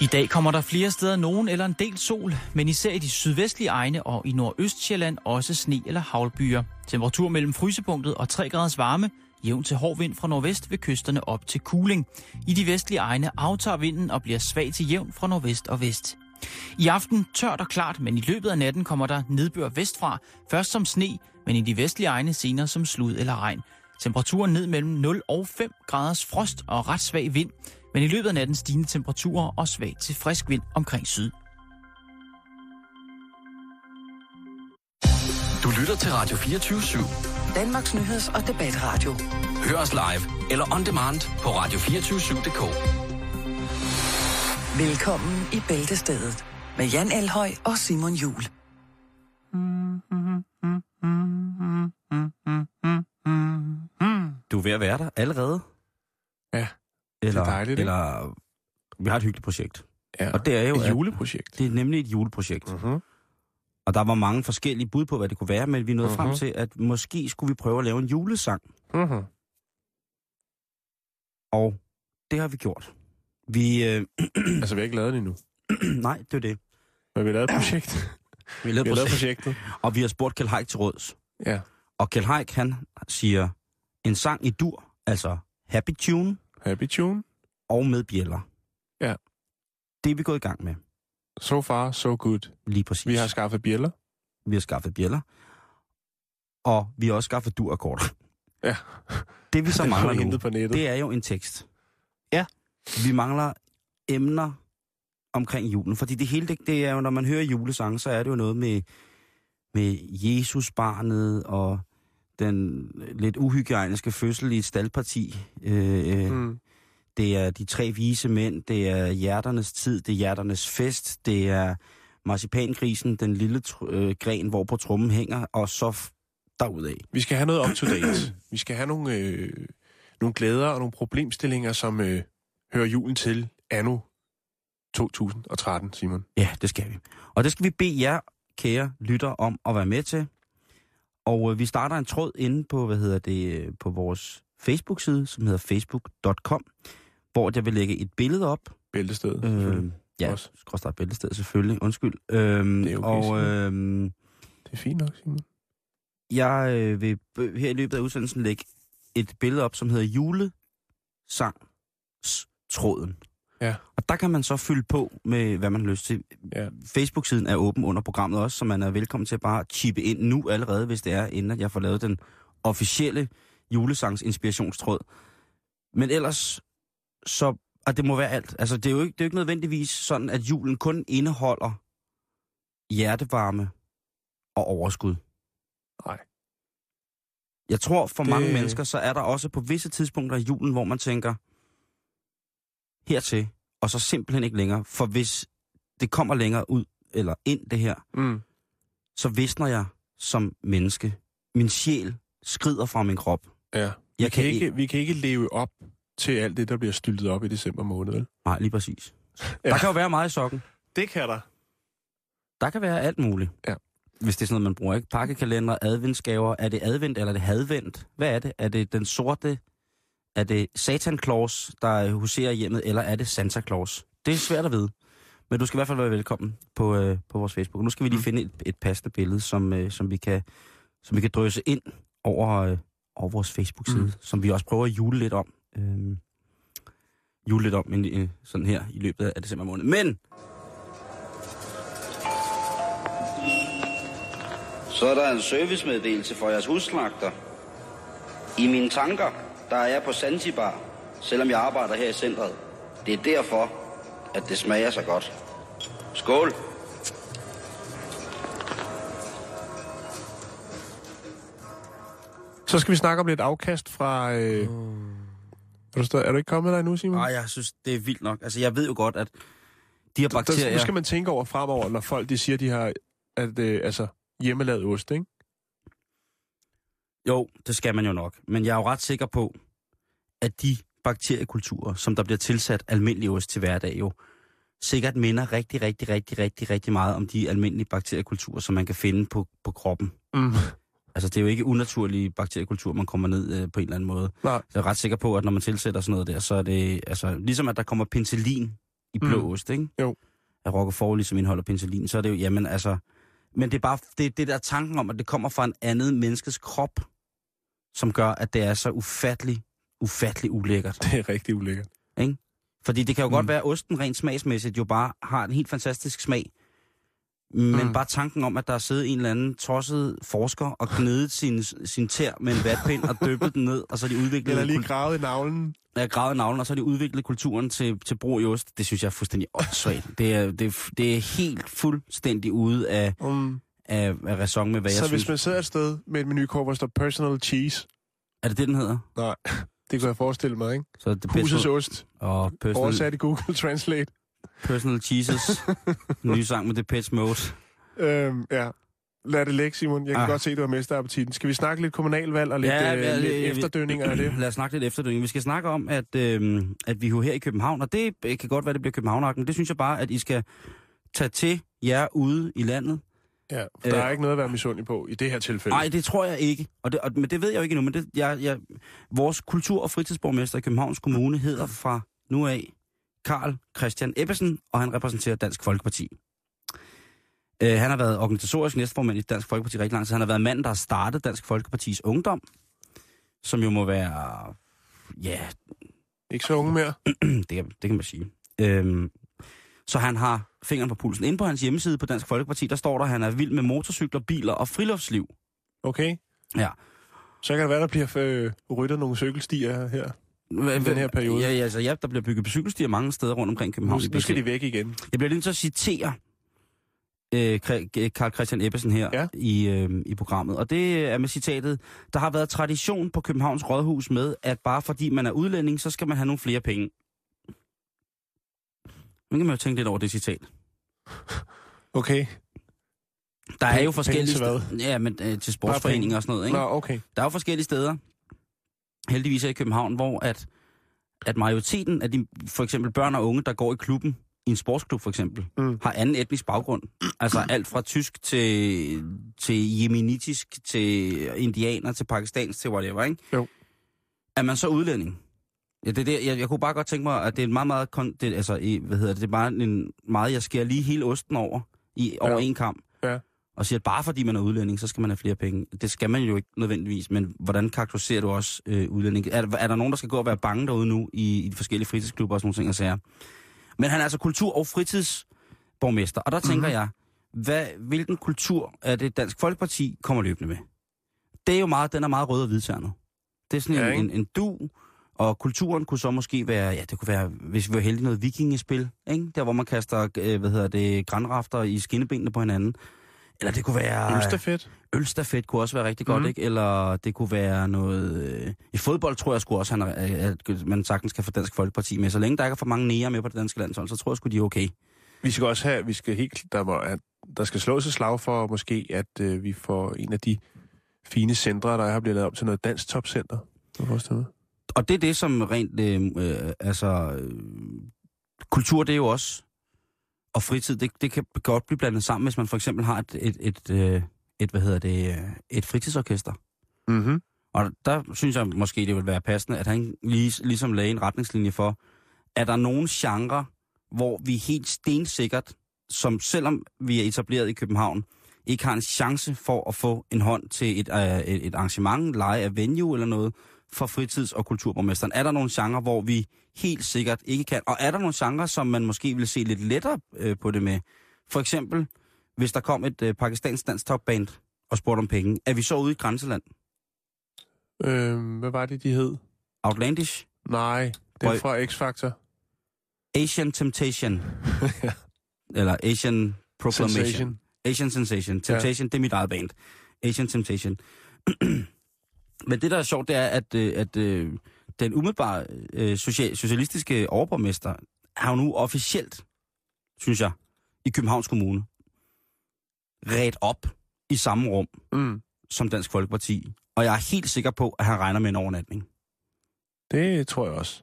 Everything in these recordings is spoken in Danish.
I dag kommer der flere steder nogen eller en del sol, men især i de sydvestlige egne og i nordøstsjælland også sne eller havlbyer. Temperatur mellem frysepunktet og 3 graders varme, jævn til hård vind fra nordvest ved kysterne op til kuling. I de vestlige egne aftager vinden og bliver svag til jævn fra nordvest og vest. I aften tørt og klart, men i løbet af natten kommer der nedbør vestfra, først som sne, men i de vestlige egne senere som slud eller regn. Temperaturen ned mellem 0 og 5 graders frost og ret svag vind, men i løbet af natten stigende temperaturer og svag til frisk vind omkring syd. Du lytter til Radio 24 /7. Danmarks Nyheds- og Debatradio. Hør os live eller on demand på radio247.dk. Velkommen i Bæltestedet med Jan Elhøj og Simon Jul. Du er ved at være der allerede. Ja, Eller, dejligt, ikke? Eller, vi har et hyggeligt projekt. Ja. Og det er jo, Et at- juleprojekt. Det er nemlig et juleprojekt. Mhm. Og der var mange forskellige bud på, hvad det kunne være, men vi nåede uh-huh. frem Mhm. til, at måske skulle vi prøve at lave en julesang. Mhm. Og det har vi gjort. Vi, øh, Altså, vi har ikke lavet det endnu. nej, det er det. Men vi har lavet et projekt. Vi har lavet vi har lavet projekt, projektet. og vi har spurgt Kjeld Haik til råds. Ja. Og Kjeld Haik, han siger, en sang i dur, altså happy tune Happy tune. og med bjæller. Ja. Det er vi gået i gang med, So far, so good. lige præcis. Vi har skaffet bjæller. vi har skaffet bjæller. Og vi har også skaffet dur-akkorder. Ja. Det vi så Den har vi mangler nu, hentet på nettet. det er jo en tekst. Ja. Vi mangler emner omkring julen, fordi det hele, det, det er jo, når man hører julesange, så er det jo noget med, med Jesusbarnet og den lidt uhygiejniske fødsel i et staldparti. Øh, mm. Mm. Det er de tre vise mænd, det er hjerternes tid, det er hjerternes fest, det er marcipangrisen, den lille tr- øh, gren, hvor på trummen hænger, og så f- derudad. Vi skal have noget up to date. Vi skal have nogle, øh, nogle glæder og nogle problemstillinger, som øh, hører julen til anno 2013, Simon. Ja, det skal vi. Og det skal vi bede jer, kære lytter, om at være med til. Og øh, vi starter en tråd inde på, hvad hedder det, øh, på vores Facebook-side, som hedder facebook.com, hvor jeg vil lægge et billede op. Bæltestedet. Øh, Øh. ja, Også. skråstrej bæltested selvfølgelig, undskyld. Øh, Det er okay, og Simon. øh, Det er fint nok, Simon. jeg øh, vil b- her i løbet af udsendelsen lægge et billede op, som hedder julesangstråden. Ja. Og der kan man så fylde på med, hvad man har lyst til. Ja. Facebook-siden er åben under programmet også, så man er velkommen til at bare chippe ind nu allerede, hvis det er, inden at jeg får lavet den officielle julesangsinspirationstråd. Men ellers, så... Og det må være alt. Altså, det er jo ikke, det er jo ikke nødvendigvis sådan, at julen kun indeholder hjertevarme og overskud. Nej. Jeg tror, for det... Det- mange mennesker, så er der også på visse tidspunkter i julen, hvor man tænker, hertil, og så simpelthen ikke længere. For hvis det kommer længere ud, eller ind det her, Mm. så visner jeg som menneske. Min sjæl skrider fra min krop. Ja. Jeg Vi kan, ikke, vi kan ikke leve op til alt det, der bliver styltet op i december måned. vel? Nej, lige præcis. Ja. Der kan jo være meget i sokken. Det kan der. Der kan være alt muligt. Ja. Hvis det er sådan noget, man bruger, ikke? Pakkekalender, adventsgaver. Er det advent, eller er det hadvent? Hvad er det? Er det den sorte? Er det Satan Claus, der huserer i hjemmet, eller er det Santa Claus? Det er svært at vide. Men du skal i hvert fald være velkommen på, øh, på vores Facebook. Nu skal vi lige Mm. finde et, et passende billede, som, øh, som, vi kan, som vi kan drøse ind over, øh, over vores Facebook-side, mm. Mm. som vi også prøver at jule lidt om. Øh, jule lidt om men, øh, sådan her i løbet af december måned. Men Så er der en servicemeddelelse fra jeres husslagter. I mine tanker, der er jeg på Zanzibar, selvom jeg arbejder her i centret. Det er derfor, at det smager så godt. Skål! Så skal vi snakke om lidt afkast fra... Øh... Mm. Er, du stadig, er du ikke kommet der endnu, Simon? Nej, jeg synes, det er vildt nok. Altså, jeg ved jo godt, at de her der, bakterier... nu skal man tænke over fremover, når folk de siger, de har at, øh, altså, hjemmelavet ost, ikke? Jo, det skal man jo nok. Men jeg er jo ret sikker på, at de bakteriekulturer, som der bliver tilsat almindelig ost til hverdag jo, sikkert minder rigtig, rigtig, rigtig, rigtig, rigtig meget om de almindelige bakteriekulturer, som man kan finde på, på kroppen. Mm. Altså, det er jo ikke unaturlige bakteriekulturer, man kommer ned øh, på en eller anden måde. Nej. Jeg er ret sikker på, at når man tilsætter sådan noget der, så er det... Altså, ligesom at der kommer penicillin i blå Mm. mm. ost, ikke? Jo. Af Roquefort, ligesom indeholder penicillin, så er det jo, jamen altså... Men det er bare det, det der tanken om, at det kommer fra en andet menneskes krop, som gør, at det er så ufattelig, ufattelig ulækkert. Det er rigtig ulækkert. Fordi det kan jo mm. godt Mm. være, at osten rent smagsmæssigt jo bare har en helt fantastisk smag. Men Mm. mm. bare tanken om, at der har siddet en eller anden tosset forsker og knedet sin, sin tær med en vatpind og dyppet den ned, og så har de udviklet Eller en lige kul- gravet i navlen. ja, gravet navlen, og så har de udviklet kulturen til, til brug i ost. Det synes jeg er fuldstændig åndssvagt. Det er, det, er- det er helt fuldstændig ude af, Mm. af, af ræson med, hvad Så jeg hvis synes. man sidder et sted med et menukort, hvor der står personal cheese. Er det det, den hedder? Nej, det kunne jeg forestille mig, ikke? Så det Husets personal, ost. og personal, Oversat i Google Translate. personal Jesus. Den nye sang med det pitch mode. Øhm, ja. Lad det ligge, Simon. Jeg kan ah. Ah. godt se, du har mistet appetitten. Skal vi snakke lidt kommunalvalg og lidt, ja, øh, ja, lidt øh, efterdønninger af det? Lad os snakke lidt efterdønninger. Vi skal snakke om, at, øh, at vi er jo her i København, og det øh, kan godt være, det bliver københavn men det synes jeg bare, at I skal tage til jer ude i landet. Ja, for der Øh. er ikke noget at være misundelig på i det her tilfælde. Nej, det tror jeg ikke. Og det, og, men det ved jeg jo ikke endnu, men det, jeg, jeg, vores kultur- og fritidsborgmester i Københavns Kommune hedder fra nu af Karl Christian Ebbesen, og han repræsenterer Dansk Folkeparti. Øh, han har været organisatorisk næstformand i Dansk Folkeparti rigtig lang tid. Han har været manden, der har startet Dansk Folkepartis ungdom, som jo må være... Ja, Ikke så unge mere. det, kan, det kan man sige. Øhm, så han har fingeren på pulsen. Inde på hans hjemmeside på Dansk Folkeparti, der står der, at han er vild med motorcykler, biler og friluftsliv. Okay? Ja. Så kan det være, der bliver øh, ryddet nogle cykelstier her. I den her periode. Ja, ja, altså, ja, der bliver bygget cykelstier mange steder rundt omkring Nu, København. nu skal de væk igen. Jeg bliver nødt til at citere øh, Kre- øh, Karl Christian Ebbesen her Ja. ja. i, øh, i programmet. Og det er med citatet, der har været tradition på Københavns Rådhus med, at bare fordi man er udlænding, så skal man have nogle flere penge. Nu kan man jo tænke lidt over det citat. Okay. Der er Penge- jo forskellige penge til steder. Ja, men øh, til sportsforeninger og sådan noget, ikke? Nå, okay. Der er jo forskellige steder, heldigvis her i København, hvor at, at majoriteten af de for eksempel børn og unge, der går i klubben, i en sportsklub for eksempel, Mm. mm. har anden etnisk baggrund. Altså alt fra tysk til, til jemenitisk, til indianer, til pakistansk, til whatever, ikke? Jo. Er man så udlænding? Ja, det er det, jeg, jeg kunne bare godt tænke mig, at det er en meget, meget... Kon, det, altså, i- hvad hedder det? Det er bare en meget... Jeg skærer lige hele osten over i over Ja. en kamp Ja. og siger, at bare fordi man er udlænding, så skal man have flere penge. Det skal man jo ikke nødvendigvis, men hvordan karakteriserer du også øh, udlænding? Er, er der nogen, der skal gå og være bange derude nu i, i de forskellige fritidsklubber og sådan nogle ting og sager? Men han er altså kultur- og fritidsborgmester, og der Mhm. tænker mm-hmm. jeg, hvad, hvilken kultur er det Dansk Folkeparti kommer løbende med? Det er jo meget, den er meget rød og hvid her nu. Det er sådan Ja, ja, ikke? en, en, en du, og kulturen kunne så måske være, ja, det kunne være, hvis vi var heldige, noget vikingespil, ikke? Der, hvor man kaster, øh, hvad hedder det, granrafter i skinnebenene på hinanden. Eller det kunne være... Ølstafet. Ølstafet kunne også være rigtig godt, Mhm. mm. ikke? Eller det kunne være noget... Øh, I fodbold tror jeg sgu også, han, er- at man sagtens kan få Dansk Folkeparti med. Så længe der ikke er for mange næger med på det danske landshold, så tror jeg sgu, de er okay. Vi skal også have, vi skal helt, der, må, at der skal slås et slag for måske, at øh, vi får en af de fine centre, der har bliver lavet om til noget dansk topcenter. Kan du forestille dig? Og det er det, som rent... Øh, øh, altså... Øh, kultur, det er jo også... Og fritid, det, det kan godt blive blandet sammen, hvis man for eksempel har et, et, et, øh, et hvad hedder det, øh, et fritidsorkester. Mm-hmm. Og der synes jeg måske, det ville være passende, at han lige, ligesom lagde en retningslinje for, er der nogle genre, hvor vi helt stensikkert, som selvom vi er etableret i København, ikke har en chance for at få en hånd til et, øh, et, et arrangement, lege af venue eller noget, for fritids- og kulturborgmesteren. Er der nogle genre, hvor vi helt sikkert ikke kan? Og er der nogle genre, som man måske vil se lidt lettere øh, på det med? For eksempel, hvis der kom et øh, pakistansk dansk topband og spurgte om penge, er vi så ude i grænseland? Øhm, hvad var det, de hed? Outlandish? Nej, det er Røg. fra X-Factor. Asian Temptation. Eller Asian Proclamation. Sensation. Sensation. Asian Sensation. Temptation, ja. det er mit eget band. Asian Temptation. Men det, der er sjovt, det er, at, øh, at øh, den umiddelbare øh, social, socialistiske overborgmester har jo nu officielt, synes jeg, i Københavns Kommune, ret op i samme rum Mm. som Dansk Folkeparti. Og jeg er helt sikker på, at han regner med en overnatning. Det tror jeg også.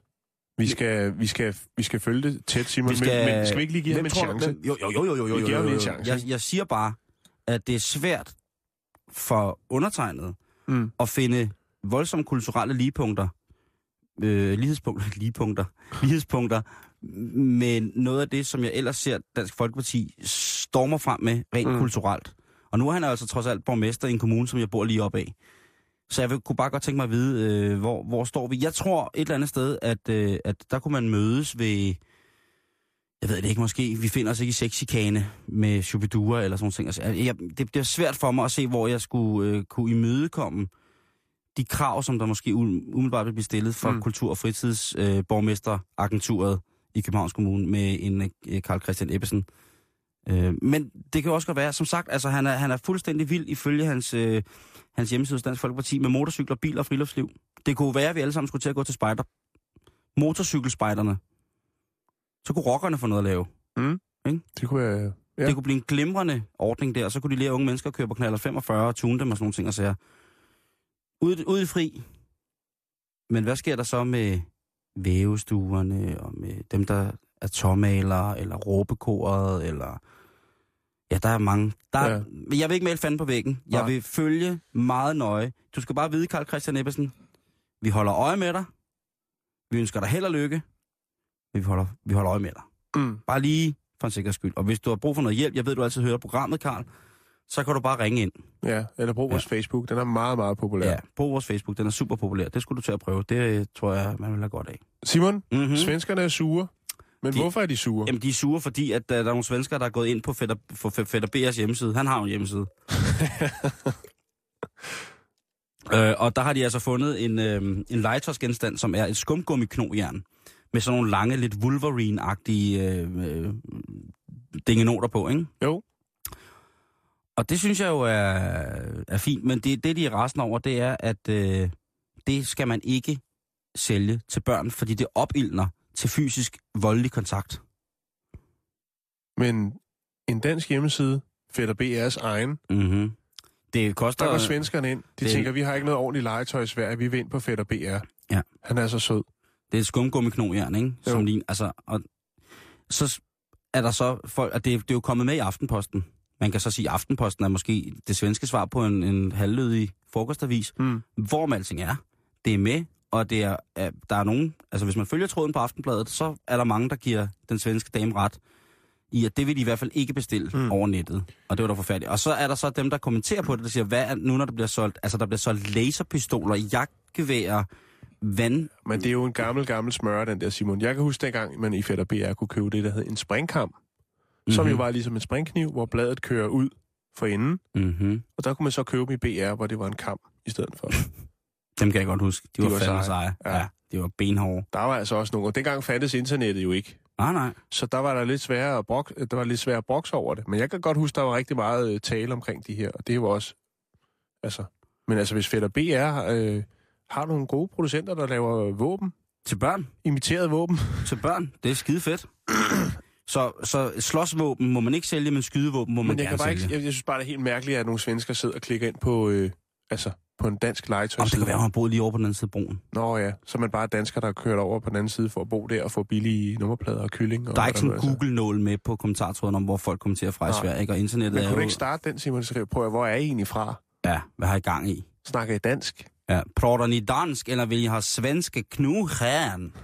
Vi skal, vi skal, vi skal følge det tæt, Simon. Vi skal- Men, men skal vi ikke lige give Hvem ham en tror du- chance? hvem- Jo, jo, jo, jo, jo, jo, Vi jo, giver jo, ham jo, en jo. chance, Jeg, ikke? jeg siger bare, at det er svært for undertegnet Mm. at finde voldsomme kulturelle ligepunkter øh, lighedspunkter, ligepunkter, lighedspunkter, men noget af det, som jeg ellers ser Dansk Folkeparti stormer frem med rent mm. kulturelt. Og nu er han altså trods alt borgmester i en kommune, som jeg bor lige op af. Så jeg vil, kunne bare godt tænke mig at vide, øh, hvor, hvor står vi? Jeg tror et eller andet sted, at, øh, at der kunne man mødes ved... Jeg ved det ikke, måske vi finder os ikke i sexikane med Shubidua eller sådan noget ting. Altså, jeg, det bliver svært for mig at se, hvor jeg skulle øh, kunne imødekomme de krav, som der måske u- umiddelbart vil blive stillet fra mm. Kultur- og Fritidsborgmesteragenturet i Københavns Kommune med en øh, Karl Christian Ebbesen. Øh, men det kan jo også godt være, som sagt, altså han er, han er fuldstændig vild ifølge hans, øh, hans hjemmeside hos Dansk Folkeparti med motorcykler, biler og friluftsliv. Det kunne være, at vi alle sammen skulle til at gå til spejder. Motorcykelspejderne. Så kunne rockerne få noget at lave. Det kunne være... Ja. Ja. Det kunne blive en glimrende ordning der, og så kunne de lære unge mennesker at køre på knaller 45 og tune dem og sådan nogle ting og sager. Ude, ude i fri. Men hvad sker der så med vævestuerne og med dem, der er tommalere eller råbekoret eller... Ja, der er mange. Der er... Ja. Ja. Jeg vil ikke male fanden på væggen. Jeg Nej. vil følge meget nøje. Du skal bare vide, Karl Christian Ebbesen, vi holder øje med dig. Vi ønsker dig held og lykke. Men vi holder, vi holder øje med dig. Mm. Bare lige for en sikkerheds skyld. Og hvis du har brug for noget hjælp, jeg ved, du altid hører programmet, Karl, så kan du bare ringe ind. Ja, eller brug vores Facebook. Den er meget, meget populær. Ja. På vores Facebook, den er super populær. Det skulle du til at prøve. Det øh, tror jeg, man vil have godt af. Simon, Mm-hmm. mm. svenskerne er sure. Men De- de... hvorfor er de sure? Jamen, de er sure, fordi at, øh, der er nogle svenskere, der er gået ind på Fætter, for Fæ- Fætter B'ers hjemmeside. Han har jo en hjemmeside. øh, og der har de altså fundet en, øh, en legetøjsgenstand, som er et skumgummiknojern. Med sådan nogle lange, lidt Wolverine-agtige øh, øh, dingenoter på, ikke? Jo. Og det synes jeg jo er, er fint, men det, det de er resten over, det er, at øh, det skal man ikke sælge til børn, fordi det opildner til fysisk voldelig kontakt. Men en dansk hjemmeside, Fætter BR's egen, Mm-hmm. Det koster... der går svenskerne ind. De det- det... tænker, vi har ikke noget ordentligt legetøj i Sverige, vi vil ind på Fætter BR. Ja. Han er så sød. Det er et skumgummiknojern, ikke? Som Jo. ligner, altså, og så s- er der så folk, og det, det er jo kommet med i Aftenposten. Man kan så sige, at Aftenposten er måske det svenske svar på en, en halvlødig frokostavis, Mm. hvor man alting er. Det er med, og det er, er- der er nogen, altså hvis man følger tråden på Aftenbladet, så er der mange, der giver den svenske dame ret i, at det vil de i hvert fald ikke bestille mm. over nettet. Og det var da forfærdeligt. Og så er der så dem, der kommenterer på det, der siger, hvad er nu, når der bliver solgt? Altså, der bliver solgt laserpistoler, jagtgeværer, vand, Men det er jo en gammel, gammel smør, den der Simon. Jeg kan huske dengang, man i Fætter BR kunne købe det, der hed en springkamp. Mm-hmm. Som jo var ligesom en springkniv, hvor bladet kører ud for enden. Mm-hmm. Og der kunne man så købe dem i BR, hvor det var en kamp i stedet for. Dem kan jeg godt huske. De, de var, var fandme seje. seje. Ja. Ja. ja. de var benhårde. Der var altså også nogle, og dengang fandtes internettet jo ikke. Nej, nej. Så der var der lidt sværere at brok, der var lidt sværere at brokse over det. Men jeg kan godt huske, der var rigtig meget øh, tale omkring de her, og det var også... Altså, men altså, hvis Fætter BR øh, har nogle gode producenter, der laver våben, Til børn. imiteret våben, Til børn. Det er skide fedt. så, så slåsvåben må man ikke sælge, men skydevåben må man men jeg, gerne kan bare ikke, sælge. jeg, jeg synes bare, det er helt mærkeligt, at nogle svensker sidder og klikker ind på, øh, altså, på en dansk Om det legetøjside. kan være, at han boede lige over på den anden side af broen. Nå ja, så er man bare dansker, der er kørt over på den anden side for at bo der og få billige nummerplader og kylling. Og altså. Der er ikke hvad sådan en nu er. Google-nål med på kommentartråden om, hvor folk kommenterer fra i Nej. Sverige. Ikke? Og internettet Men er kunne jo... du ikke starte den, Simon? Så prøv at, hvor er I egentlig fra? Ja, hvad har I gang i? Snakker I dansk? Ja. Prater ni dansk, eller vil I have svenske knugræn?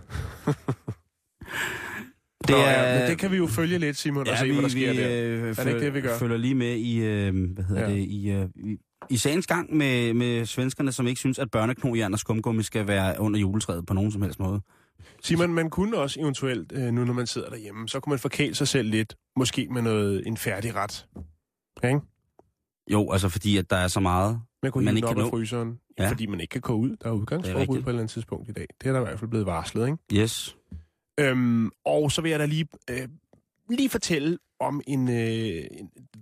Det, Nå, ja, men det kan vi jo følge lidt, Simon, ja, og se, vi, hvad der sker vi, der. Øh, det ikke det, vi gør? følger lige med i, øh, hvad hedder ja. Ja. det, i, øh, i, i sagens gang med, med svenskerne, som ikke synes, at børneknojern og skumgummi skal være under juletræet på nogen som helst måde. Simon, man kunne også eventuelt, øh, nu når man sidder derhjemme, så kunne man forkæle sig selv lidt, måske med noget, en færdig ret. Ikke? Jo, altså fordi, at der er så meget. Man kunne Man hive ikke den op kan af nå. fryseren, Ja. ja. fordi man ikke kan gå ud. Der er Det er rigtigt. udgangsforbud på et eller andet tidspunkt i dag. Det er der i hvert fald blevet varslet, ikke? Yes. Øhm, og så vil jeg da lige, øh, lige fortælle om en, øh, en,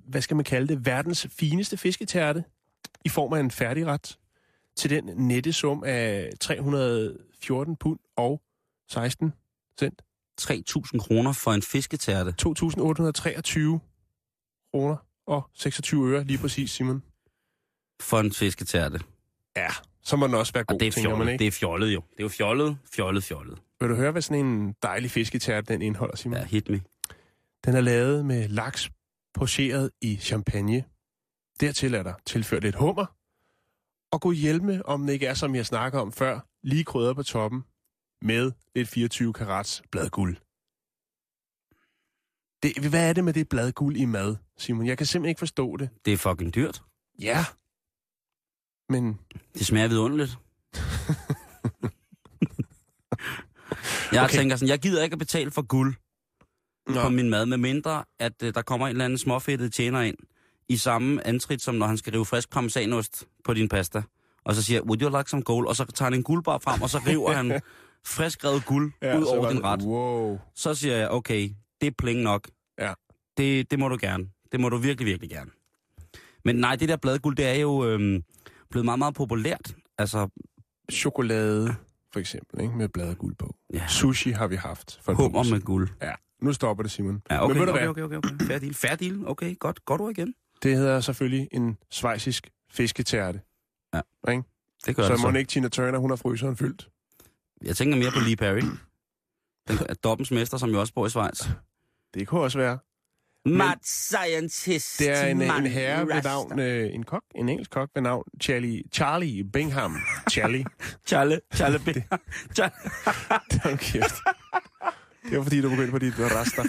hvad skal man kalde det, verdens fineste fisketærte i form af en færdigret til den nette sum af 314 pund og 16 cent. 3.000 kroner for en fisketærte. 2.823 kroner og 26 øre, lige præcis, Simon. For en fisketærte. Ja, så må den også være Og god, det er tænker fjollet. man, ikke? Det er fjollet jo. Det er jo fjollet, fjollet, fjollet. Vil du høre, hvad sådan en dejlig fisketærte den indeholder, Simon? Ja, hit me. Den er lavet med laks pocheret i champagne. Dertil er der tilført lidt hummer. Og god hjælpe, om det ikke er, som jeg snakker om før, lige krydder på toppen med lidt 24 karats bladguld. Det, hvad er det med det bladguld i mad, Simon? Jeg kan simpelthen ikke forstå det. Det er fucking dyrt. Ja. Men Det smager vidunderligt. jeg okay. Okay. tænker sådan, jeg gider ikke at betale for guld Nå. på nå, min mad, med mindre at øh, der kommer en eller anden småfættet tjener ind i samme antrit, som når han skal rive frisk parmesanost på din pasta. Og så siger, would you like some gold? Og så tager han en guldbar frem, og så river han frisk revet guld ja, ud så var over din det- ret. Wow. Så siger jeg, okay, det er pling nok. Ja. Det, det må du gerne. Det må du virkelig, virkelig gerne. Men nej, det der bladguld, det er jo øhm, blevet meget, meget populært. Altså, Chokolade, for eksempel, ikke? med bladguld på. Ja. Sushi har vi haft. For et par hummer år siden. med guld. Ja, nu stopper det, Simon. Ja, okay, Men ved du okay, hvad? okay, okay, okay. Færdig, færdig. Okay, godt, godt ord igen. Det hedder selvfølgelig en svejsisk fisketærte. Det gør Så det må ikke Tina Turner, hun har fryseren fyldt. Jeg tænker mere på Lee Perry. Den er dobbens mester, som jo også bor i Schweiz. Det kunne også være. Mad scientist. Det er en, mad en herre ved rasta. navn, øh, en kok, en engelsk kok ved navn Charlie, Charlie Bingham. Charlie. Charlie, Charlie B. Charlie. Hold kæft. Det var fordi, du begyndte på dit raster.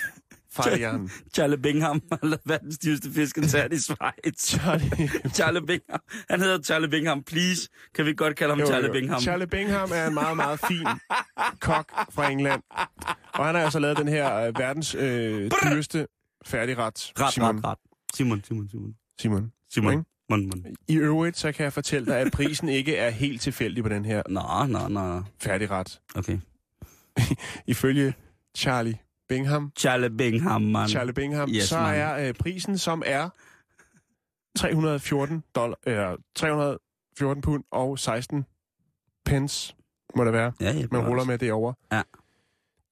Farhjern. Charlie Bingham har lavet verdens dyreste fiskentært i Schweiz. Charlie. Charlie Bingham. Han hedder Charlie Bingham. Please, kan vi ikke godt kalde ham Jo, Charlie jo. Bingham? Charlie Bingham er en meget, meget fin kok fra England. Og han har altså lavet den her øh, verdens øh, dyreste færdigret. Ret, Simon. ret, ret. Simon, Simon, Simon. Simon. Simon. Ikke? Mon, mon. I øvrigt, så kan jeg fortælle dig, at prisen ikke er helt tilfældig på den her Nå, nå, nå. færdigret. Okay. Ifølge Charlie Bingham, Charlie Bingham, man. Charlie Bingham, Yes, yes, så man. er øh, prisen, som er 314, dollar, øh, 314 pund og 16 pence, må det være, Ja, ja, man godt. ruller med det over. Ja.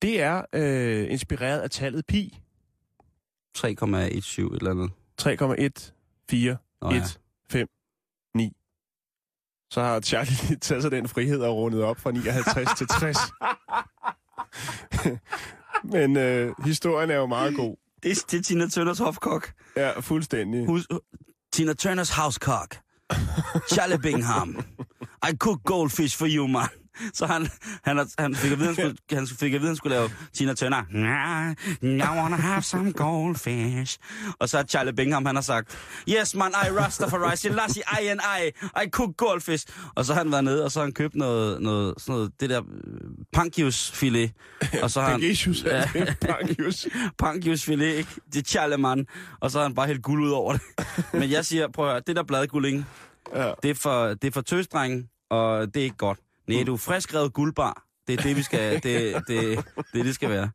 Det er øh, inspireret af tallet pi, 3,17 et eller andet. 3,14159. Nå, ja. Så har Charlie lige taget sig den frihed og rundet op fra 59 til 60. Men øh, historien er jo meget god. Det, er- det er Tina Tønders hofkok. Ja, fuldstændig. Who's, uh, Tina Turner's housecock. Charlie Bingham. I cook goldfish for you, man. Så han, han, har- han, fik at vide, han, skulle, han fik at vide, han skulle lave Tina Turner. "Nah, I wanna have some goldfish. Og så har Charlie Bingham, han har sagt, Yes, man, I Rastafari, Selassie, I and I, I cook goldfish. Og så har han været nede, og så har han købt noget, noget, sådan noget det der pankiusfilet. Og så har han, Pangasius er Ja. det. Pangasius. Pankiusfilet, ikke? Det er Charlemagne. Og så har han bare helt guld ud over det. Men jeg siger, prøv at høre, det der bladguld, ikke? Ja. Det er for, det er for tøsdrenge, og det er ikke godt. Nej, du er friskrevet guldbar. Det er det, vi skal, det, det, det, det skal være.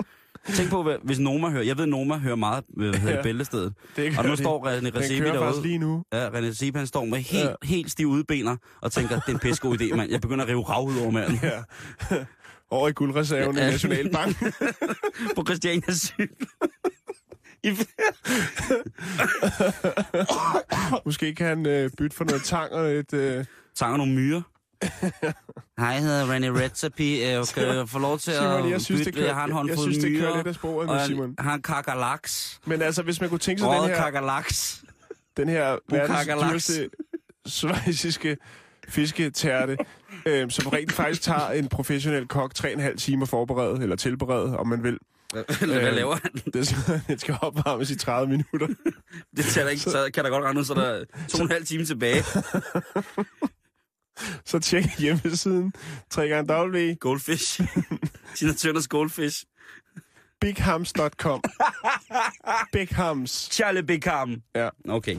Tænk på, hvad- hvis Noma hører, jeg ved, Noma hører meget, øh, hvad hedder det, Ja. bæltestedet. Det Og gør nu de. står René Den Recepi kører derude. faktisk lige nu. Ja, René Seep, han står med helt, Ja. ja. helt stive udbener og tænker, det er en pisse god idé, mand. Jeg begynder at rive rav ud over manden Ja. Over i guldreserven i Ja. Nationalbanken. på Christiania cykel. I- Måske kan han øh, bytte for noget tang og et... Øh, Tager nogle myrer. Hej, jeg hedder René Redzepi. Jeg kan jeg få lov til at Simon, jeg synes, det bytte? Jeg har en kører, jeg håndfuld synes, det kører myrer. lidt af sporet og nu, jeg Simon. har en kakalaks. Men altså, hvis man kunne tænke sig den Røget her, kakalaks. den her verdens kakalaks. dyreste svejsiske fisketærte, øh, som rent faktisk tager en professionel kok 3,5 timer forberedet, eller tilberedet, om man vil. Eller hvad Øh. laver han? Det er sådan, den skal opvarmes i 30 minutter. Det tager ikke, så kan der godt regne ud, så er der to og en halv time tilbage. Så tjek hjemmesiden Goldfish. Tina Tønders Goldfish. www.bighams.com Bighams. Charlie Beckham. Ja. Okay.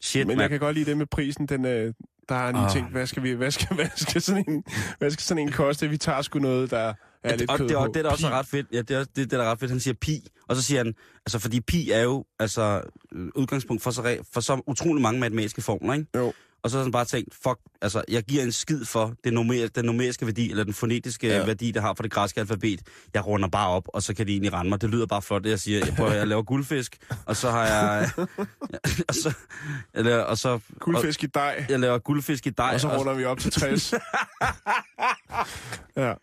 Shit, Men jeg mand. kan godt lide det med prisen, den, øh, der har jeg lige Ah. tænkt, hvad skal, vi, hvad, skal, hvad, skal sådan en, hvad skal sådan en koste? Vi tager sgu noget, der er lidt Og kød det, og på. det, er da også Pi. er ret fedt. Ja, det er også- det, det, der er ret fedt. Han siger pi, og så siger han, altså fordi pi er jo altså, øh, udgangspunkt for så, re- for så utrolig mange matematiske formler, ikke? Jo. Og så har han bare tænkt, fuck, altså, jeg giver en skid for det numer, den numeriske værdi, eller den fonetiske Ja. ja. værdi, det har for det græske alfabet. Jeg runder bare op, og så kan de egentlig rende mig. Det lyder bare flot, det jeg siger. Jeg prøver, jeg laver guldfisk, og så har jeg... og så, eller, og så Guldfisk i dej, Og, jeg laver guldfisk i dig. og så runder vi op til 60. ja.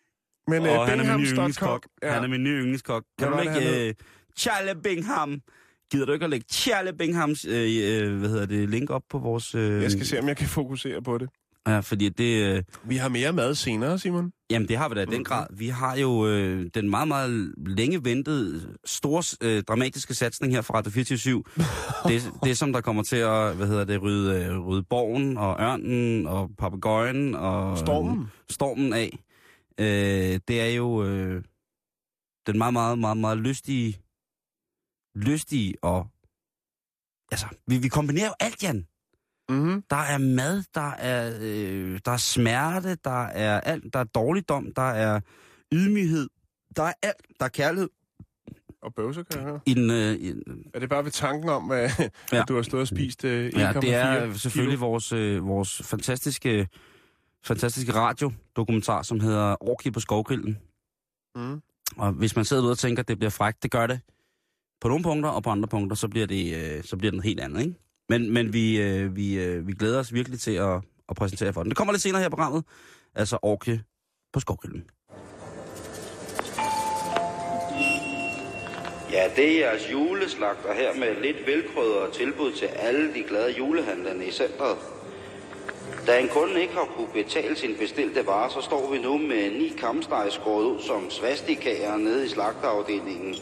Men og, øh, og han er min nye Bingham's.com, yndlingskok. Ja. Han er min nye yndlingskok. Kan Hvad du var det, han ikke... Øh, Charlie Bingham. Gider du ikke at lægge Charlie Binghams øh, øh, hvad hedder det, link op på vores... Øh, Jeg skal se, om jeg kan fokusere på det. Ja, fordi det... Øh, Vi har mere mad senere, Simon. Jamen, det har vi da i den grad. Vi har jo øh, den meget, meget længe ventede, store, øh, dramatiske satsning her fra Radio 24 det, det, som der kommer til at, hvad hedder det, rydde, øh, rydde borgen og ørnen og papegøjen og... øh, Stormen. Stormen af. Øh, det er jo øh, den meget, meget, meget, meget lystige, lystige og... Altså, vi, vi kombinerer jo alt, Jan. Mm-hmm. Der er mad, der er, øh, der er smerte, der er alt, der er dårligdom, der er ydmyghed, der er alt, der er kærlighed Og bøvser, kan jeg høre. i den... Øh, i, Er det bare ved tanken om, hvad, ja. Ja. at du har stået og spist øh, 1,4 ja, det er kilo? selvfølgelig vores, øh, vores fantastiske, fantastiske radiodokumentar, som hedder Orki på skovgrillen. Mm. Og hvis man sidder ude og tænker, at det bliver frækt, det gør det. På nogle punkter, og på andre punkter, så bliver det, øh, så bliver det noget helt andet, ikke? Men, men vi, øh, vi, øh, vi glæder os virkelig til at, at præsentere for den. Det kommer lidt senere her i programmet. Altså Orke på skovgrillen. Ja, det er jeres juleslagter her med lidt velkrydret tilbud til alle de glade julehandlerne i centret. Da en kunde ikke har kunne betale sin bestilte vare, så står vi nu med ni kampsteg skåret ud som svastikager nede i slagterafdelingen.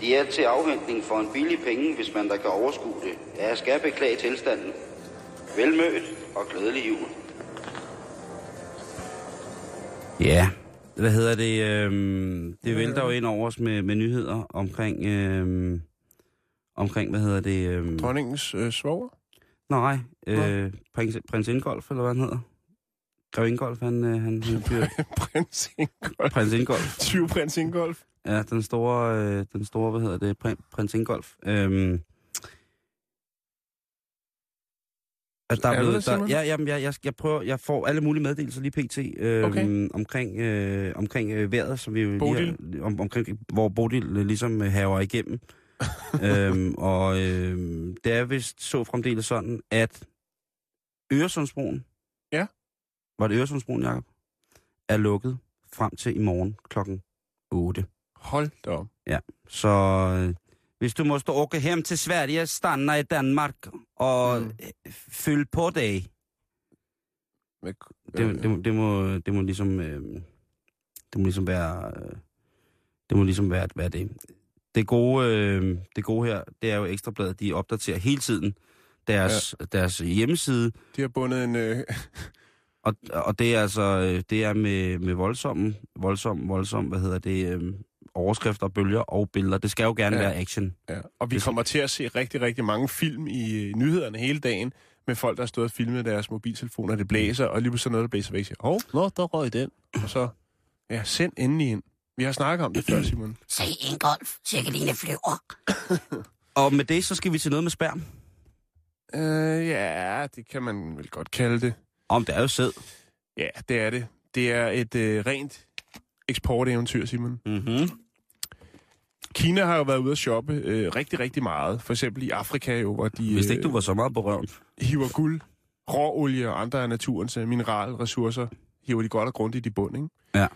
De er til afhentning for en billig penge, hvis man der kan overskue det. Ja, jeg skal beklage tilstanden. Velmødt og glædelig jul. Ja, hvad hedder det? Øhm, det vælter jo ind over os med, med nyheder omkring, øhm, omkring, hvad hedder det? Øhm, Dronningens øh, svoger? nej, øh, prins, prins Ingolf, eller hvad han hedder? Grev Ingolf, han, øh, han, han bliver Prins Ingolf. prins Ingolf. Tyvprins Ingolf. Ja, den store, øh, den store hvad hedder det, prin, prins Ingolf. Øhm, at der Er er du det, blevet, der, Simon? ja, jamen, jeg, jeg, jeg, prøver, jeg får alle mulige meddelelser lige pt. Øhm, Okay. Omkring, øh, omkring øh, vejret, som vi jo Bodil? lige har, om, omkring, hvor Bodil øh, ligesom øh, haver igennem. øhm, og øh, det er vist så fremdeles sådan, at Øresundsbroen, Ja. var det Øresundsbroen, Jacob, er lukket frem til i morgen klokken 8. Hold da op. Så øh, hvis du måste åka hem til Sverige, stanna i Danmark og Mm. mm. fyld på dig. Med, Det, det, må- det, må, det må ligesom... Øh, det må ligesom være... Øh, det må ligesom være, hvad er det... Det gode, øh, det gode her, det er jo Ekstrabladet, de opdaterer hele tiden deres, ja. deres hjemmeside, de har bundet en... Øh, og, og det er altså øh, det er med, med voldsomme, voldsom, voldsom, hvad hedder det, øh, overskrifter, bølger og billeder. Det skal jo gerne Ja. ja. være action. ja. Og vi Det- kommer til at se rigtig, rigtig mange film i øh, nyhederne hele dagen, med folk, der har stået og filmet deres mobiltelefoner, det blæser, og lige pludselig er noget, der blæser væk. Siger, Åh, nå, der røg den. Og så, ja, send endelig ind. Vi har snakket om det før, Simon. Se Ingolf, cirkeline flyver. Og med det, så skal vi til noget med sperm. Øh, ja, det kan man vel godt kalde det. Om det er jo sæd. Ja, det er det. Det er et øh, rent eksporteventyr, Simon. Mm-hmm. Kina har jo været ude at shoppe øh, rigtig, rigtig meget. For eksempel i Afrika jo, hvor de Hvis ikke du var så meget berømt. øh, hiver guld, råolie og andre af naturens øh, mineralressourcer, hiver de godt og grundigt i bund, ikke? Ja.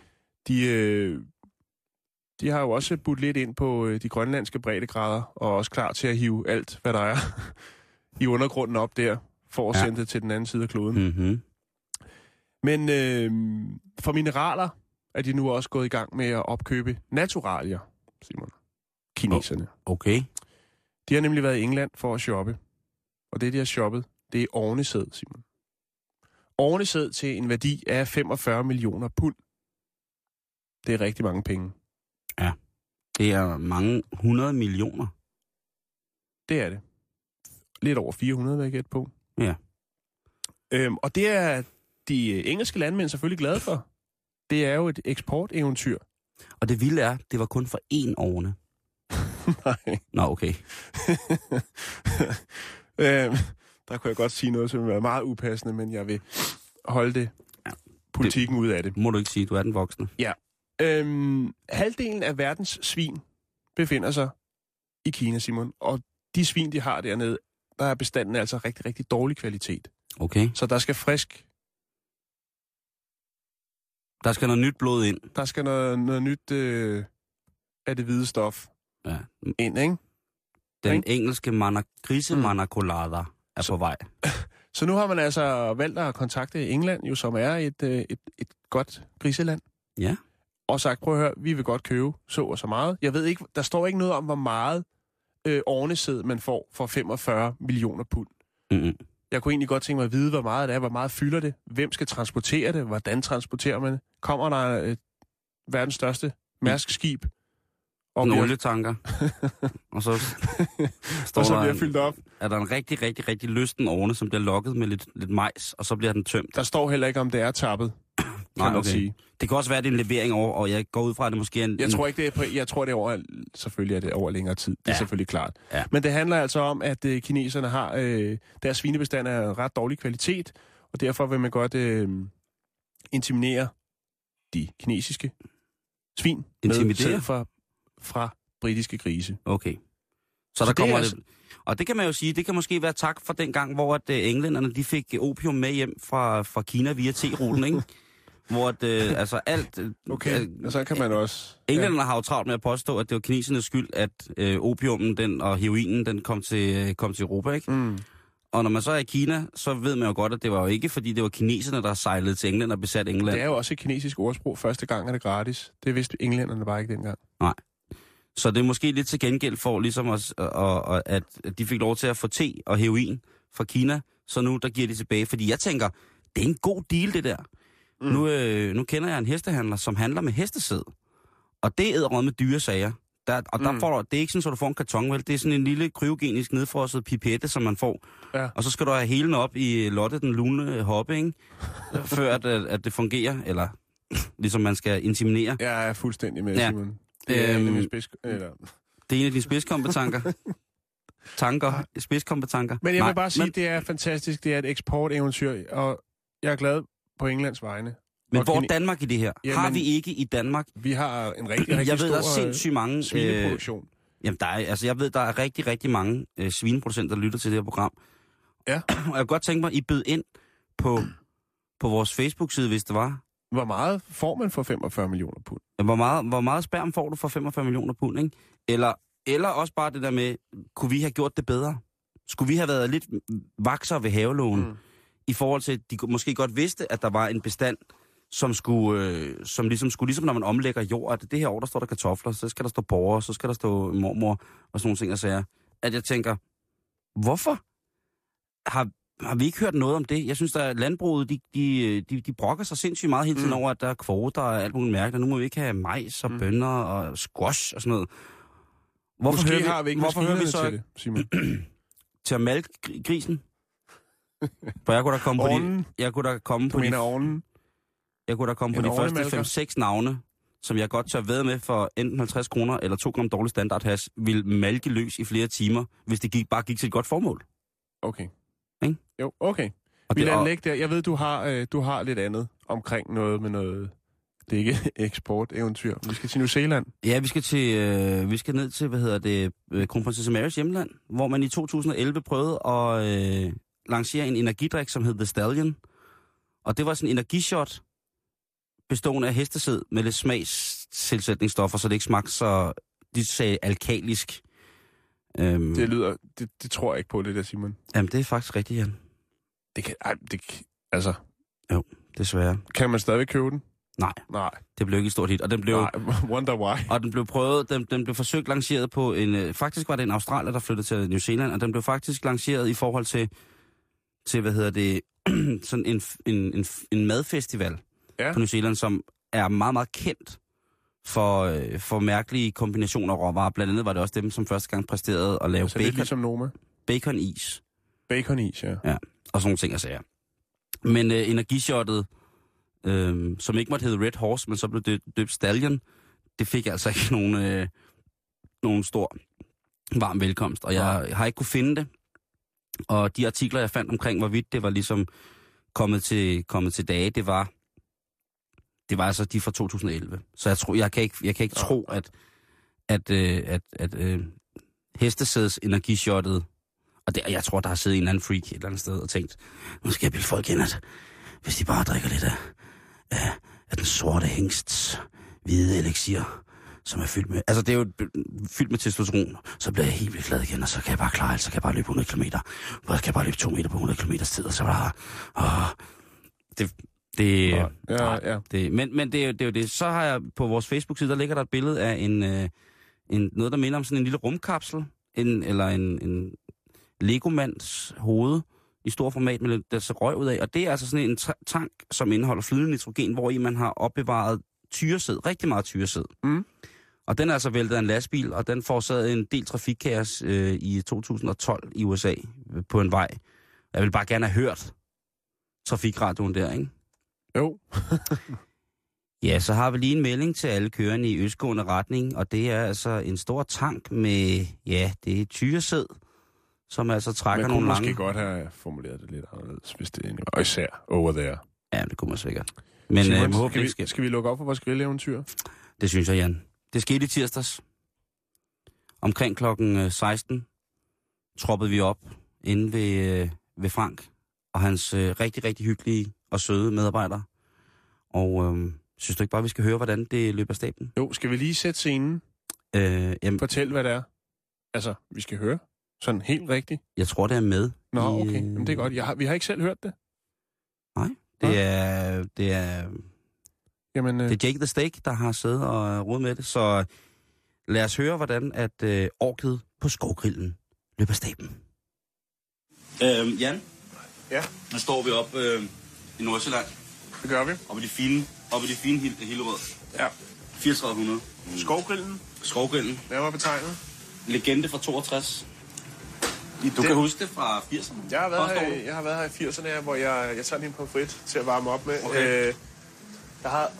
De, øh, de har jo også budt lidt ind på øh, de grønlandske breddegrader, og er også klar til at hive alt, hvad der er i undergrunden op der, for at ja. Ja. sende det til den anden side af kloden. Mm-hmm. Men øh, for mineraler er de nu også gået i gang med at opkøbe naturalier, Simon. Kineserne. Oh. Okay. De har nemlig været i England for at shoppe. Og det, de har shoppet, det er ovnesæd, Simon. Ovnesæd til en værdi af 45 millioner pund. Det er rigtig mange penge. Det er mange hundrede millioner. Det er det. Lidt over 400, vil jeg gætte på. Ja. Øhm, og det er de øh, engelske landmænd selvfølgelig glade for. Det er jo et eksporteventyr. Og det vilde er, det var kun for én årene. Nej. Nå, okay. øhm, der kunne jeg godt sige noget, som er meget upassende, men jeg vil holde det politikken ud af det. Må du ikke sige, du er den voksne. Øhm, halvdelen af verdens svin befinder sig i Kina, Simon. Og de svin, de har dernede, der er bestanden altså rigtig, rigtig dårlig kvalitet. Okay. Så der skal frisk, Der skal noget nyt blod ind. der skal noget, noget nyt øh, af det hvide stof Ja. ind, ikke? Den Ikke? engelske manak- Mm. grisemanacolada er på vej. Så nu har man altså valgt at kontakte England, jo, som er et, øh, et, et godt griseland, Ja. og sagt, prøv at høre, vi vil godt købe så og så meget. Jeg ved ikke, der står ikke noget om, hvor meget øh, ornesæd man får for 45 millioner pund. Mm-hmm. Jeg kunne egentlig godt tænke mig at vide, hvor meget det er, hvor meget fylder det, hvem skal transportere det, hvordan transporterer man det, kommer der øh, verdens største mærskskib, Og bliver- nogle olietanker. og så står og så der, bliver en- fyldt op. er der en rigtig, rigtig, rigtig lysten ovne, som bliver lokket med lidt, lidt majs, og så bliver den tømt. Der står heller ikke, om det er tappet, kan Nej, man okay. sige. Det kan også være, at det er en levering over, og jeg går ud fra, at det måske er en... Jeg tror ikke, det er på, jeg tror, det er over, selvfølgelig er det over længere tid. Det er Ja. selvfølgelig klart. Ja. Men det handler altså om, at øh, kineserne har, øh, deres svinebestand er af ret dårlig kvalitet, og derfor vil man godt øh, intimidere de kinesiske svin med Intimidere? sæd fra, fra britiske grise. En... Okay. Så, Så der det kommer er altså- lidt... Og det kan man jo sige, det kan måske være tak for den gang, hvor at øh, englænderne de fik øh, opium med hjem fra, fra Kina via T-ruten, ikke? Hvor at, øh, altså alt... øh, Okay, øh, og så kan man også... Englænderne har jo travlt med at påstå, at det var kinesernes skyld, at øh, opiumen den, og heroinen den kom, til, øh, kom til Europa. Ikke? Ja. Mm. Og når man så er i Kina, så ved man jo godt, at det var jo ikke, fordi det var kineserne, der sejlede til England og besat England. Det er jo også et kinesisk ordsprog. Første gang er det gratis. Det vidste englænderne bare ikke dengang. Så det er måske lidt til gengæld for, ligesom os, og, og, at at de fik lov til at få te og heroin fra Kina, så nu der giver de tilbage. Fordi jeg tænker, det er en god deal, det der. Mm. Nu, øh, nu kender jeg en hestehandler, som handler med hestesæd. Og det er med dyre sager. Der, og der mm. Mm. får du, det er ikke sådan, at du får en karton, vel? Det er sådan en lille kryogenisk nedfrosset pipette, som man får. Ja. Og så skal du have helen op i Lotte, den lune hoppe, ikke? Før at, at at det fungerer, eller ligesom man skal inseminere. Jeg er fuldstændig med, Ja. ja. Simon. Det er Øhm, øhm, min spids... Eller... Det er en af dine spidskompetencer. Tanker. Spidskompetencer. Men jeg Nej, vil bare sige, Men, men... det er fantastisk. Det er et eksporteventyr, og jeg er glad på Englands vegne. men og hvor er Kine- Danmark i det her? Jamen- har vi ikke i Danmark? Vi har en rigtig, rigtig Jeg stor ved, der er øh, sindssygt mange... Øh, svineproduktion. Øh... jamen, der er, altså, jeg ved, der er rigtig, rigtig mange øh, svineproducenter, der lytter til det her program. Ja. Og jeg kunne godt tænke mig, I bød ind på, på vores Facebook-side, hvis det var. Hvor meget får man for 45 millioner pund? Hvor meget, hvor meget sperm får du for 45 millioner pund, ikke? Eller, eller også bare det der med, kunne vi have gjort det bedre? Skulle vi have været lidt vakser ved havelågen? Mm. I forhold til, at de måske godt vidste, at der var en bestand, som, skulle, øh, som ligesom, skulle, ligesom når man omlægger jord, at det her år, der står der kartofler, så skal der stå borger, så skal der stå mormor og sådan nogle ting og sager. At jeg tænker, hvorfor har, har vi ikke hørt noget om det? Jeg synes, at landbruget, de, de, øh, de, de brokker sig sindssygt meget hele tiden mm. over, at der er kvoter og alt muligt mærkeligt. Nu må vi ikke have majs og mm. bønner og squash og sådan noget. Hvorfor Måske hører vi, har vi ikke hvorfor hører vi maskinerne så til det, Simon. til at malke gri- grisen? For jeg kunne da komme på de, Ovnen. jeg kunne da komme Du på de, mener ovnen? jeg kunne da komme på En de første ovnemalker? 5-6 navne, som jeg godt tør ved med for enten 50 kroner eller 2 gram dårlig standard hash, vil malke løs i flere timer, hvis det gik, bare gik til et godt formål. Okay. Ikke? Jo, okay. Og Vi det, lader den og, ligge der. Jeg ved, du har, øh, du har lidt andet omkring noget med noget... Det er ikke eksporteventyr. Vi skal til New Zealand. ja, vi skal, til, øh, vi skal ned til, hvad hedder det, øh, kronprinsesse Marys hjemland, hvor man i 2011 prøvede at øh, lancere en energidrik, som hed The Stallion. Og det var sådan en energishot, bestående af hestesæd med lidt smagstilsætningsstoffer, så det ikke smagte så, de sagde, alkalisk. Øhm, Det det... lyder... Det, det tror jeg ikke på, det der, Simon. Jamen, det er faktisk rigtigt, Jan. Det kan... Ej, det, kan- altså, Desværre. kan man stadigvæk købe den? Nej. Nej. Det blev ikke et stort hit. Og den blev, Nej, wonder why. og den blev prøvet, den, den blev forsøgt lanceret på en... øh, Faktisk var det en australier, der flyttede til New Zealand, og den blev faktisk lanceret i forhold til, til hvad hedder det, sådan en, f- en, en, f- en madfestival ja. Ja. på New Zealand, som er meget, meget kendt for, øh, for mærkelige kombinationer af råvarer. Blandt andet var det også dem, som første gang præsterede at lave Altså, altså, lidt bacon, ligesom Noma. baconis. Baconis, ja. og sådan nogle ting og sager. Men øh, energishottet, øh, som ikke måtte hedde Red Horse, men så blev det døbt Stallion, det fik altså ikke nogen, øh, nogen stor varm velkomst, og jeg har ikke kunne finde det. Og de artikler, jeg fandt omkring, hvorvidt det var ligesom kommet til, kommet til dage, det var, det var altså de fra 2011. Så jeg, tror, jeg kan ikke, jeg kan ikke tro, at, at, øh, at, at øh, hestesæds energishottet og der, jeg tror, der har siddet en eller anden freak et eller andet sted og tænkt, nu skal jeg bilde folk ind, at hvis de bare drikker lidt af, af, af den sorte hængsts hvide elixir, som er fyldt med, altså det er jo b- fyldt med testosteron, så bliver jeg helt vildt glad igen, og så kan jeg bare klare alt, så kan jeg bare løbe 100 km, og så kan jeg bare løbe 2 meter på 100 km tid, og så bare, åh, det, det, Ja, nej, ja. det men, men det, er jo- det er jo det. Så har jeg på vores Facebook-side, der ligger der et billede af en, øh, en, noget, der minder om sådan en lille rumkapsel, en, eller en, en legomands hoved i stor format, med lidt- der så røg ud af. Og det er altså sådan en tra- tank, som indeholder flydende nitrogen, hvor i man har opbevaret tyresæd, rigtig meget tyresæd. Mm. Og den er altså væltet af en lastbil, og den forårsagede en del trafikkaos øh, i 2012 i USA øh, på en vej. Jeg vil bare gerne have hørt trafikradioen der, ikke? Jo. Ja, så har vi lige en melding til alle kørende i østgående retning, og det er altså en stor tank med, ja, det er tyresæd, som altså Man trækker kunne nogle måske lange... godt have formuleret det lidt anderledes, hvis det egentlig var. Og især over there. Ja, det kunne man sikkert. Men øh, jeg skal, håber, det vi, ikke sker. skal vi lukke op for vores grilleventyr? Det synes jeg, Jan. Det skete i tirsdags. Omkring klokken øh, 16 troppede vi op inde ved, øh, ved Frank og hans øh, rigtig, rigtig hyggelige og søde medarbejdere. Og øh, synes du ikke bare, vi skal høre, hvordan det løber af staben? Jo, skal vi lige sætte scenen? Øh, jamen, Fortæl, hvad det er. Altså, vi skal høre. Sådan helt rigtigt. jeg tror, det er med. Nå, i, okay. øh, Jamen, det er godt. Jeg har, vi har ikke selv hørt det. Det er, det er Jamen, øh, Det er Jake the Steak, der har siddet og øh, rodet med det. Så lad os høre, hvordan at øh, orket på skovgrillen løber staben. Øhm, Jan? Ja? Nu står vi op øh, i Nordsjælland, det gør vi. oppe i de fine, oppe i de fine Hil- Hillerød. Ja. 3400. Skovgrillen, Skovgrillen. hvad var betegnet? Legende fra 62. Du den- kan huske det fra 80'erne. Jeg har været, Påstår her, du? i- jeg har været her i 80'erne, ja, hvor jeg, jeg tager lige en pomfrit til at varme op med. Okay. Øh, jeg har,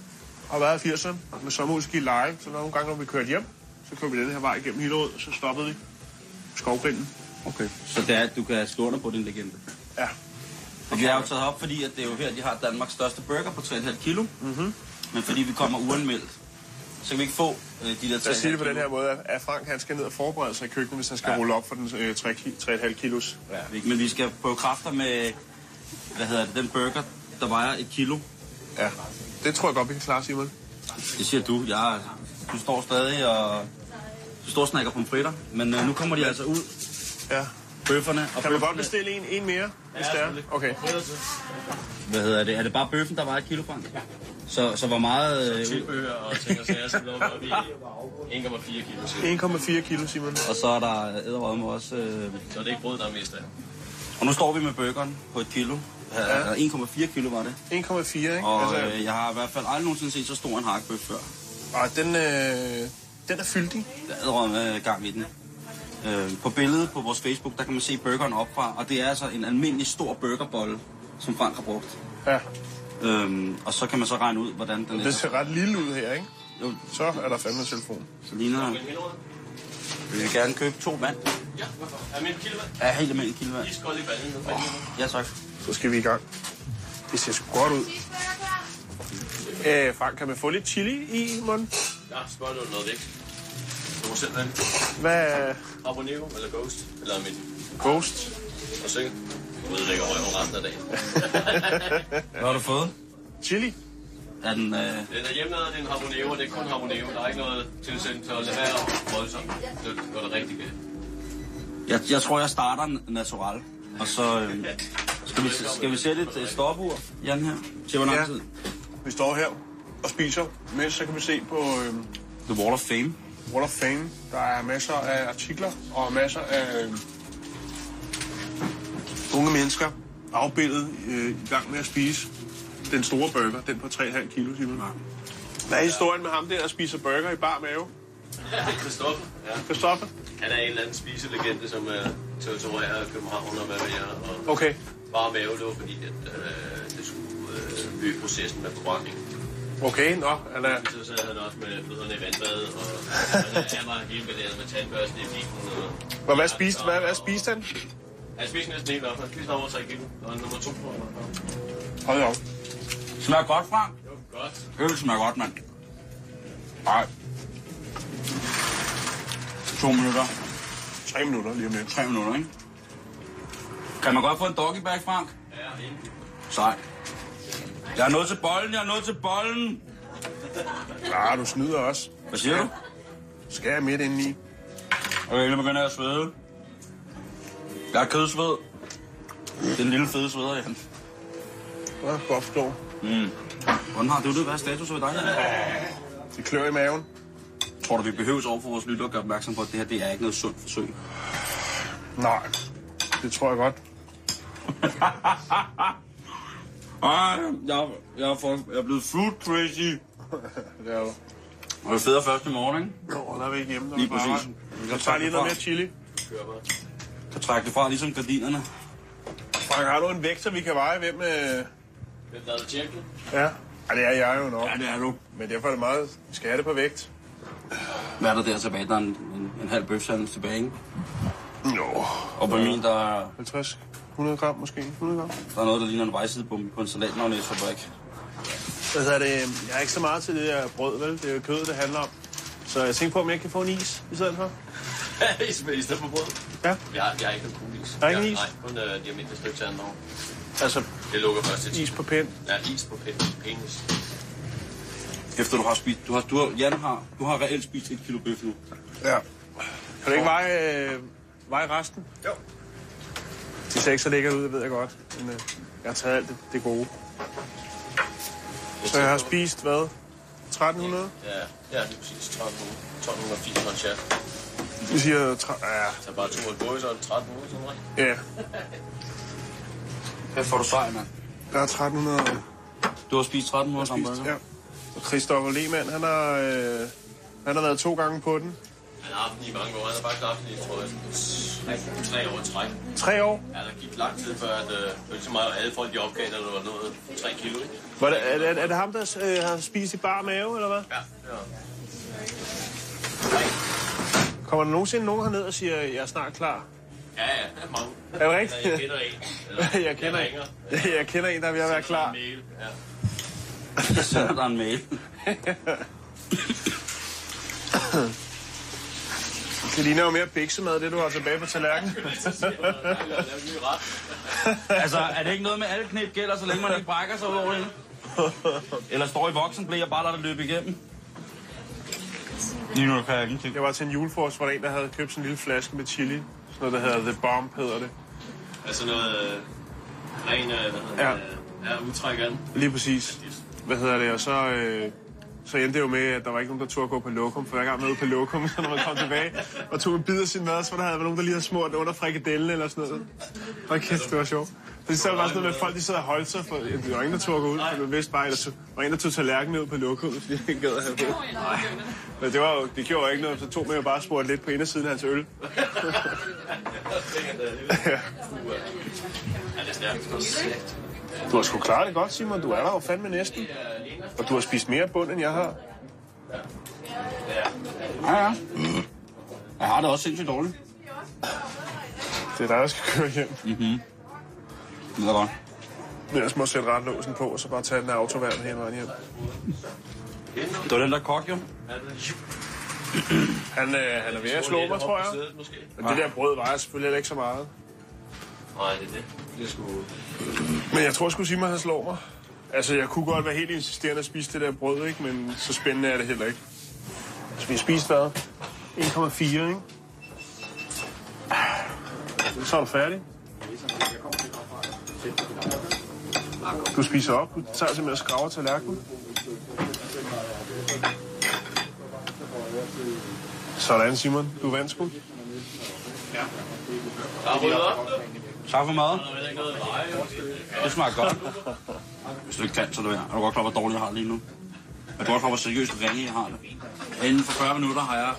har været i 80'erne med sommerhusgil live, så nogle gange, når vi kørte hjem, så kørte vi den her vej igennem Hillerød, så stoppede vi skovgrinden. Okay. Så det er, at du kan stå under på din legende. Ja. Og vi er jo taget op, fordi at det er jo her, de har Danmarks største burger på 3,5 kilo. Mm-hmm. Men fordi vi kommer uanmeldt, så kan vi ikke få øh, de der 3,5 Lad os sige det på kilo. den her måde, at- at Frank han skal ned og forberede sig i køkkenet, hvis han skal ja. rulle op for den øh, 3, 3,5 kilos. Ja, vi- men vi skal prøve kræfter med, hvad hedder det, den burger, der vejer et kilo. Ja. Det tror jeg godt, vi kan klare, Simon. Det siger du. Jeg, du står stadig og... Du står og snakker pomfritter, men øh, nu kommer de altså ud, Ja. bøfferne. Og Kan man godt bøfferne- bestille en, en mere, hvis det er? selvfølgelig. Okay. Hvad hedder det? Er det bare bøffen, der vejer et kilo, Frank? Så, så hvor meget... Øh, ud- tilbehør og ting og sager, så lå vi oppe i 1,4 kilo til. 1,4 kilo, Simon. og så er der æderød med også... Øh, Så det er ikke brød, der er mest af. og nu står vi med burgeren på et kilo. Ja. 1,4 kilo var det. 1,4, ikke? Og altså, øh, jeg har i hvert fald aldrig nogensinde set så stor en hakbøf før. og ah, den, øh, den er fyldig. Der er æderød med gang i den. Øh, på billedet på vores Facebook, der kan man se burgeren opfra, og det er altså en almindelig stor burgerbolle, som Frank har brugt. Ja. Øhm, og så kan man så regne ud, hvordan den Det er. ser ret lille ud her, ikke? Jo, Så er der fandme telefon. så ligner den. Vi vil gerne købe to vand. Ja, hvorfor? Er min kilo Ja, helt almindelig kildevand. iskold i vandet? Ja, tak. Så skal vi i gang. Det ser sgu godt ud. Øh, Frank, kan man få lidt chili i, Mon? Ja, Ah, spørg nu noget væk. Du må selv have det. Hvad? Abonneo eller Ghost? Eller min Ghost? og sikker. Du ødelægger røven resten af dagen. Hvad har du fået? Chili? Er den, øh, Den er hjemmelavet, det er en Abonneo, og det er kun Abonneo. Der er ikke noget tilsendt, så lad være voldsomt. Det går det rigtig galt. jeg, jeg tror, jeg starter n- natural. Og så øh, skal, vi, skal vi sætte et, et stopur, Jan her? Til hvor lang Ja. tid? Vi står her og spiser, mens så kan vi se på øh, The Wall of Fame. Wall of Fame. Der er masser af artikler og masser af øh, unge mennesker afbildet øh, i gang med at spise den store burger, den på 3,5 kilo, Simon. Hvad er historien med ham der, der spiser burger i bar mave? Kristoffer, ja. Christoffer? Han er en eller anden spiselegende, som øh, er territorier København og hvad ved jeg. Og Okay. bare mave, det var fordi, at øh, det skulle øh, øge processen med forbrændingen. Okay, nå. Han er, Så sad han også med fødderne i vandbadet, og han var helt belæret med tandbørsten i bilen. Og... og hvad spiste, hvad, hvad spiste han? Han spiste næsten helt op. Han spiste over 3 kilo, og nummer 2 på. Hold op. Smager godt, Frank. Godt. Øl smager godt, mand. Nej. To minutter. Tre minutter lige om lidt. Tre minutter, ikke? Kan man godt få en doggy bag, Frank? Ja, en. Sej. Jeg er nået til bolden, jeg er nået til bolden. Ah, du snyder også. Hvad siger du? Skær midt indeni. Okay, nu begynder jeg at svede. Jeg er kødsved. Det er en lille fede sveder, Jan. Ja, godt forstå. Hvordan har du det? Hvad er status ved dig? Jan? Det klør i maven. Tror du, vi behøves over for vores lytter at gøre opmærksom på, at det her det er ikke noget sundt forsøg? Nej, det tror jeg godt. Ej, jeg, jeg, er, for, jeg er blevet food crazy. Det er jo. Og det federe først i morgen, ikke? Nå, der er vi ikke hjemme. Der Lige præcis. Jeg tager lige noget mere chili. Så træk det fra, ligesom gardinerne. Frank, har du en vægt, så vi kan veje, hvem... Øh... Den der tjekke. Ja. Ej, det er jeg jo nok. det er du. Men derfor er det meget... Vi skal have det på vægt. Hvad er der der tilbage? Der er en, en, en halv bøfsandelse tilbage, ikke? Jo. Og på min, der er, 50, 100 gram måske. 100 gram. der er noget, der ligner en vejsidebombe på en salatmagnæsfabrik. Altså, er det, jeg er ikke så meget til det der brød, vel? Det er jo kød, det handler om. Så jeg tænker på, om jeg kan få en is i stedet for. I stedet for brød. Ja. Jeg, har- jeg har ikke nogen kuglis. Der er ikke en is? Nej, kun øh, de almindelige stykker andet år. Altså, Det lukker først til is på pind. Ja, is på pen- penis. Efter du har spist... Du har, du har, Jan har, du har reelt spist et kilo bøf nu. Ja. Kan du ikke veje, øh, veje resten? Jo. Det ser ikke så lækkert ud, det ved jeg godt. Men øh, jeg har taget alt det, det gode. Så jeg har spist, hvad? 1300? Ja, ja, det er præcis 1200. 1280 for en chat. Vi siger... Tre- ja, Så bare to et bøje, så er det 1300 sådan noget. ja, Her får du sej, mand. der er 1300. Du har spist 1300 gram Spist, burger. ja. Og Christoffer Lehmann, han har, øh, han har været to gange på den. Han har haft den i mange år. Han har faktisk haft den i, tror jeg, tre- tre år i træk. Tre år? Ja, der gik lang tid før, at øh, det var så meget, at alle folk de opgav, at der var noget 3 kilo, ikke? Var det, er, det, er det ham, der øh, har spist i bar mave, eller hvad? Ja, ja. Kommer der nogensinde nogen herned og siger, jeg er snart klar? Ja, ja, der er mange. Er det rigtigt? Eller Jeg Jeg kender en, kender en. Eller, ringer. jeg kender en der er ved at være klar. Mail, ja. Jeg sender dig en mail. Det ligner jo mere biksemad, det du har tilbage på tallerkenen. Jeg laver en ny ret. altså, er det ikke noget med alle knep gælder, så længe man ikke brækker sig ud over det? Eller står i voksen, bliver jeg bare lader det løbe igennem? Lige nu kan jeg ingenting. Jeg var til en julefrokost, hvor der en, der havde købt sådan en lille flaske med chili. Sådan noget, der hedder The Bomb, hedder det. Altså noget øh, ren, øh, hvad hedder Ja. det, øh, ja, udtræk af den. Lige præcis. Hvad hedder det? Og så, øh, så endte det jo med, at der var ikke nogen, der turde gå på lokum. For hver gang man var ude på lokum, så når man kom tilbage og tog en bid af sin mad, så var der havde været nogen, der lige havde smurt under frikadellen eller sådan noget. Hold kæft, det var sjovt. Så de sad bare sådan noget med at folk, de sad og holdt sig. For, der var ingen, der turde gå ud. For man vidste bare, at der var en, der tog tallerkenen ud på lokum, fordi han ikke gad at have på. Men det, var jo, det gjorde jo ikke noget, så tog man jo bare spurgt lidt på indersiden af hans øl. Ja, det er stærkt. Du har sgu klaret det godt, Simon. Du er der jo fandme næsten. Og du har spist mere bund, end jeg har. Ja, ja. Jeg har det også sindssygt dårligt. Det er dig, der skal køre hjem. Det er godt. Men Ellers må jeg sætte retlåsen på, og så bare tage den af autoværden hele vejen hjem. Det var den der kok, jo. Han, øh, han er ved at slå mig, tror jeg. Måske. Og det der brød vejer selvfølgelig heller ikke så meget. Nej, det er det. Det er sgu... Men jeg tror sgu Simon, han slår mig. Altså, jeg kunne godt være helt insisterende at spise det der brød, ikke? Men så spændende er det heller ikke. Så vi har spist hvad? 1,4, ikke? Så er du færdig. Du spiser op. Du tager simpelthen og skraver tallerkenen. Sådan, Simon. Du vandt sgu. Der er ryddet op. Tak for mad. Der er ikke noget veje. Det smager godt. Hvis du ikke kan, så er det værd. Er du godt klar, hvor dårligt jeg har det lige nu? Er du godt klar, hvor seriøst ringe jeg har det? Inden for 40 minutter har jeg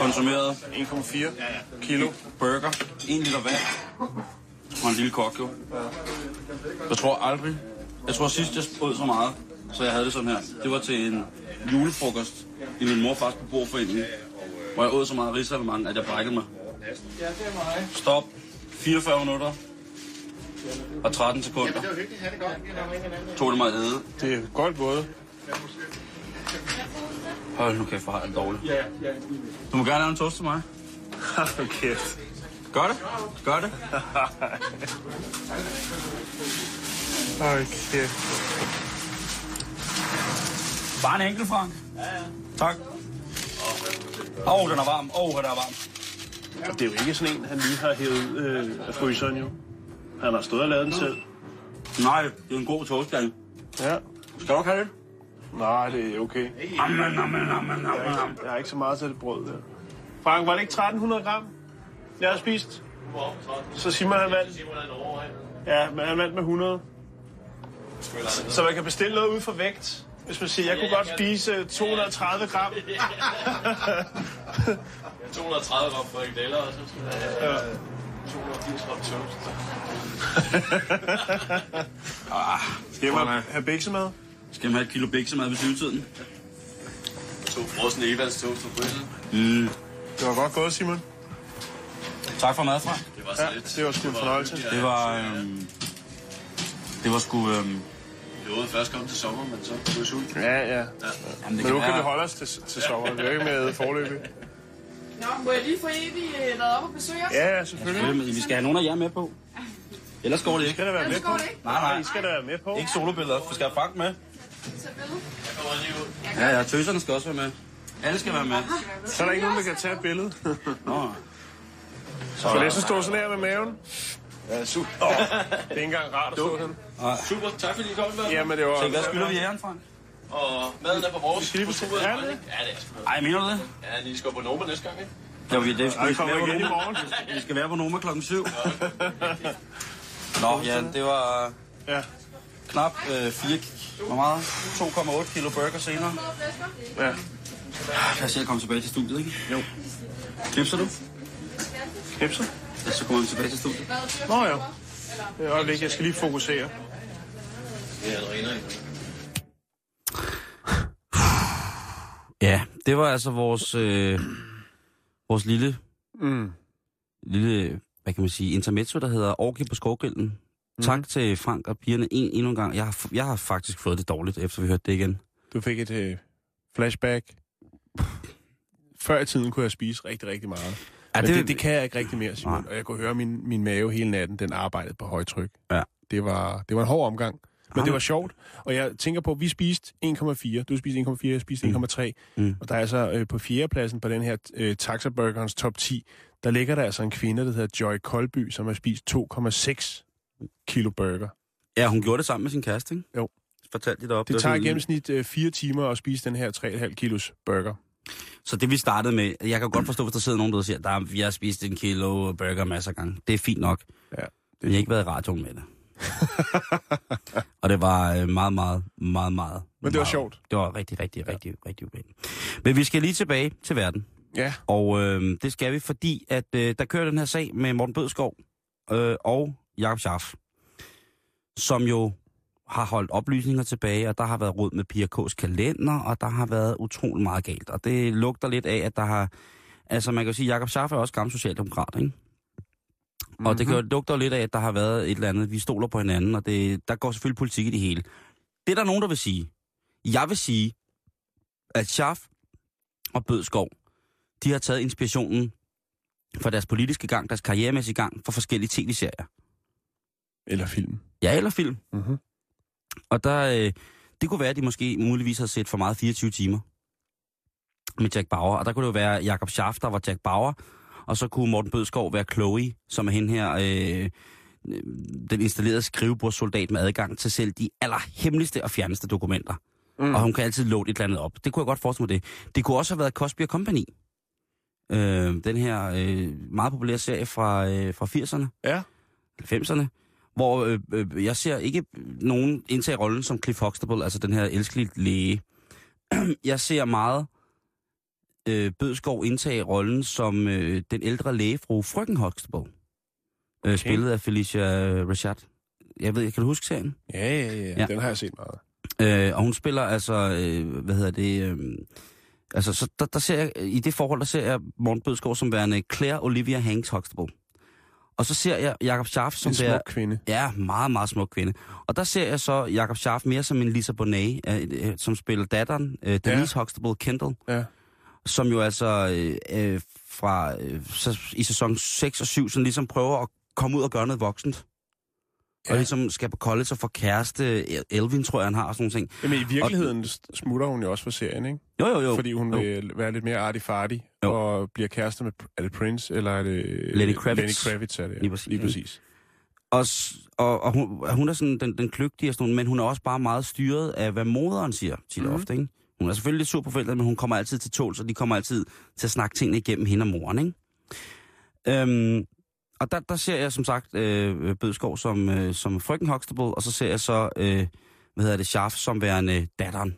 konsumeret 1,4 kilo. burger, en liter vand og en lille kok, jo. Jeg tror aldrig, jeg tror sidst, jeg spød så meget, så jeg havde det sådan her. Det var til en julefrokost i min morfars beboerforening, hvor jeg åd så meget risalemang, at jeg brækkede mig. Stop. 44 minutter og 13 sekunder. Tog det mig at æde. Det er godt både. Hold nu kæft, hvor har jeg det dårligt. Du må gerne lave en toast til mig. Hold kæft. Gør det. Gør det. Hold kæft. Bare en enkelt, Frank. Ja, ja. Tak. Og Åh, oh, den er varm. Åh, oh, den er varm. Og det er jo ikke sådan en, han lige har hævet ud øh, af fryseren jo. Han har stået og lavet den selv. Nej, det er en god toastgang. Ja. Skal du ikke have det? Nej, det er okay. Amen, amen, amen, amen, amen. Jeg har ikke så meget til det brød der. Frank, var det ikke 1300 gram? Jeg har spist. Så Simon han vandt. Ja, men han vandt med 100. Så man kan bestille noget ud fra vægt. Hvis man siger, jeg kunne godt spise øh, 230 gram. 230 gram frikadeller, og så skal der have Ah, 280 gram toast. Skal man have biksemad? Skal man have et kilo biksemad ved sygetiden? To frosne Evans toast på brillen. Mm. Det var godt gået, Simon. Tak for mad, Frank. Det var så Ja, lidt. det var sgu en fornøjelse. Det var... Øhm, det var sgu... Øhm, Jeg nåede først komme til sommer, men så blev jeg sulten. Ja, ja. jamen, det Men nu kan være- vi holde os til, til sommer. Vi er jo ikke med forløbig. Nå, må jeg lige få Evi øh, lavet op og besøge os? Ja, ja, selvfølgelig. Øhm, Vi skal have nogen af jer med på. Ellers går det I ikke. skal da være med Ellers på. går det ikke. Nej, nej. I skal da være med på. Ikke solobilleder. Vi skal have Frank med. Så ved du. Jeg kommer lige ud. Ja, ja. Tøserne skal også være med. Alle skal være med. Så er der ikke nogen, der kan tage et billede. Nå. Så For det så står sådan her med maven. Ja, super. Oh, det er ikke engang rart at stå sådan. Super, tak fordi I kom med. Jamen, det var... Hvad skylder vi jæren, Frank? Og maden er på vores. Skal vi på bestille- Tuborgs Ja, regning. det. Ja, det er sgu noget. Ej, mener du det? Ja, de skal på Noma næste gang, ikke? Ja, vi, det, vi, Vi skal kommer være på igen i Noma. morgen. vi skal være på Noma klokken 7. Nå, ja, det var Ja. knap øh, 4, hvor meget? 2,8 kilo burger senere. Ja. Lad os se at komme tilbage til studiet, ikke? Jo. Knipser du? Knipser? Ja, så kommer vi tilbage til studiet. Nå ja. Det er øjeblik, jeg skal lige fokusere. Det er renere endnu. Ja, det var altså vores, øh, vores lille, Mm. lille, hvad kan man sige, intermezzo, der hedder Orgi på skovgrillen. Mm. Tak til Frank og pigerne en, endnu en gang. Jeg har, f- jeg har faktisk fået det dårligt, efter vi hørte det igen. Du fik et øh, flashback. Før i tiden kunne jeg spise rigtig, rigtig meget. Ja, det, det, det kan jeg ikke rigtig mere, Simon. Nej. Og jeg kunne høre min, min mave hele natten, den arbejdede på højtryk. Ja. Det var, det var en hård omgang, men Ah. det var sjovt. Og jeg tænker på, at vi spiste 1,4, du spiste 1,4, jeg spiste 1,3. Mm. Og der er altså øh, på fjerdepladsen på den her øh, Taxa Burgerens top 10, der ligger der altså en kvinde, der hedder Joy Kolby, som har spist 2,6 kilo burger. Ja, hun gjorde det sammen med sin kæreste, ikke? Jo. Fortalte de op. Det tager i gennemsnit øh, 4 timer at spise den her 3,5 kilos burger. Så det vi startede med, jeg kan godt forstå, hvis der sidder nogen, der siger, der, er- jeg har spist en kilo burger masser af gange. Det er fint nok. Ja, det Men jeg har ikke været i radioen med det. og det var øh, meget, meget, meget, meget... Men det var meget- sjovt. Det var rigtig, rigtig, rigtig, ja. rigtig ubehageligt. Men vi skal lige tilbage til verden. Ja. Og øh, det skal vi, fordi at øh, der kører den her sag med Morten Bødskov øh, og Jakob Schaff, som jo har holdt oplysninger tilbage, og der har været råd med Pia K's kalender, og der har været utrolig meget galt. Og det lugter lidt af, at der har... Altså, man kan jo sige, at Jakob Schaff er også gammel socialdemokrat, ikke? Mm-hmm. Og det kan jo- lugter jo lidt af, at der har været et eller andet, vi stoler på hinanden, og det, der går selvfølgelig politik i det hele. Det er der nogen, der vil sige. Jeg vil sige, at Schaff og Bødskov, de har taget inspirationen for deres politiske gang, deres karrieremæssige gang, for forskellige tv-serier. Eller film. Ja, eller film. Mhm. Og der, øh, det kunne være, at de måske muligvis har set for meget 24 timer med Jack Bauer. Og der kunne det jo være Jakob Schaff, der var Jack Bauer. Og så kunne Morten Bødskov være Chloe, som er hende her, øh, øh, den installerede skrivebordssoldat med adgang til selv de allerhemmeligste og fjerneste dokumenter. Mm. Og hun kan altid låne et eller andet op. Det kunne jeg godt forestille mig det. Det kunne også have været Cosby Company. Øh, den her øh, meget populære serie fra, øh, fra 80'erne. Ja. 90'erne, hvor øh, øh, jeg ser ikke nogen indtage rollen som Cliff Huxtable, altså den her elskelige læge. jeg ser meget øh, Bødskov indtage rollen som øh, den ældre lægefru Frøken Huxtable, okay. øh, spillet af Felicia øh, Rashad. Jeg ved, kan du huske serien? Ja, ja, ja, Ja. ja. Den har jeg set meget. Øh, og hun spiller altså, øh, hvad hedder det, øh, altså så der, der ser jeg, i det forhold, der ser jeg Morten Bødskov som værende Claire Olivia Hanks Huxtable. Og så ser jeg Jakob Schaff som En smuk der, kvinde. Ja, meget, meget smuk kvinde. Og der ser jeg så Jakob Schaff mere som en Lisa Bonet, øh, øh, som spiller datteren, øh, Denise ja. Huxtable Kendall, Ja. som jo altså øh, øh, fra øh, så, i sæson 6 og 7 sådan ligesom prøver at komme ud og gøre noget voksent. ja. og ligesom skal på college og får kæreste. Elvin, tror jeg, han har, og sådan nogle ting. Jamen, i virkeligheden og... smutter hun jo også fra serien, ikke? Jo, jo, jo. Fordi hun jo. vil være lidt mere artig-fartig Jo. og bliver kærester med, er det Prince, eller er det... øh, Lenny Kravitz. Lenny Kravitz er det, ja. Lige præcis. Lige præcis. Og, s- og, og hun, hun er sådan den, den kløgtige, og sådan, nogle, men hun er også bare meget styret af, hvad moderen siger til mm. ofte, ikke? Hun er selvfølgelig lidt sur på forældrene, men hun kommer altid til tål, så de kommer altid til at snakke tingene igennem hende og moren, ikke? Øhm, og der, der ser jeg som sagt øh, Bødskov som, øh, som frøken Huxtable, og så ser jeg så, øh, hvad hedder det, Scharf som værende datteren.